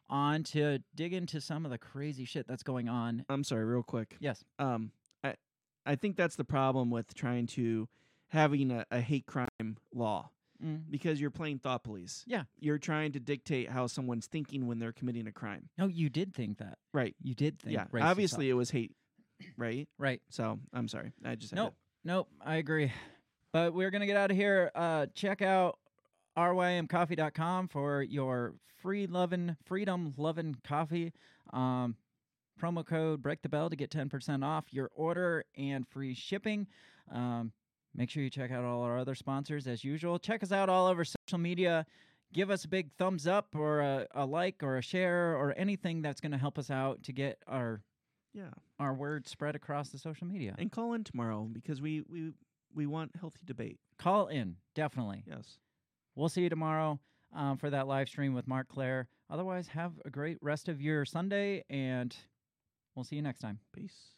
on to dig into some of the crazy shit that's going on. I'm sorry, real quick. Yes. um, I I think that's the problem with trying to having a, a hate crime law Mm. because you're playing thought police. Yeah. you're trying to dictate how someone's thinking when they're committing a crime. No, you did think that. Right. You did think. yeah. racist Obviously, thought. it was hate. Right. right. So I'm sorry. I just had Nope. to- Nope. I agree. But we're going to get out of here. Uh, check out rymcoffee.com for your free loving, freedom loving coffee. Um, promo code break the bell to get 10% off your order and free shipping. Um, Make sure you check out all our other sponsors as usual. Check us out all over social media. Give us a big thumbs up or a, a like or a share or anything that's going to help us out to get our Yeah. our word spread across the social media. And call in tomorrow because we we we want healthy debate. Call in, definitely. Yes. We'll see you tomorrow um, for that live stream with Mark Claire. Otherwise, have a great rest of your Sunday, and we'll see you next time. Peace.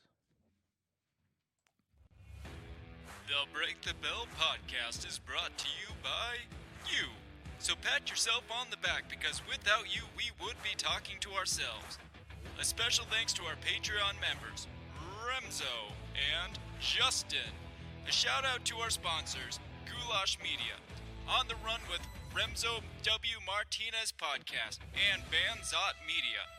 The Break the Bell podcast is brought to you by you. So pat yourself on the back because without you, we would be talking to ourselves. A special thanks to our Patreon members, Remzo and Justin. A shout out to our sponsors, Goulash Media, On the Run with Remzo W. Martinez Podcast, and Van Zott Media.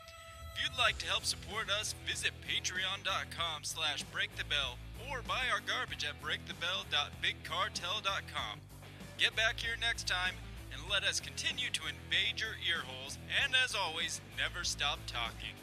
If you'd like to help support us, visit patreon.com slash breakthebell or buy our garbage at breakthebell.bigcartel.com. Get back here next time and let us continue to invade your earholes and as always, never stop talking.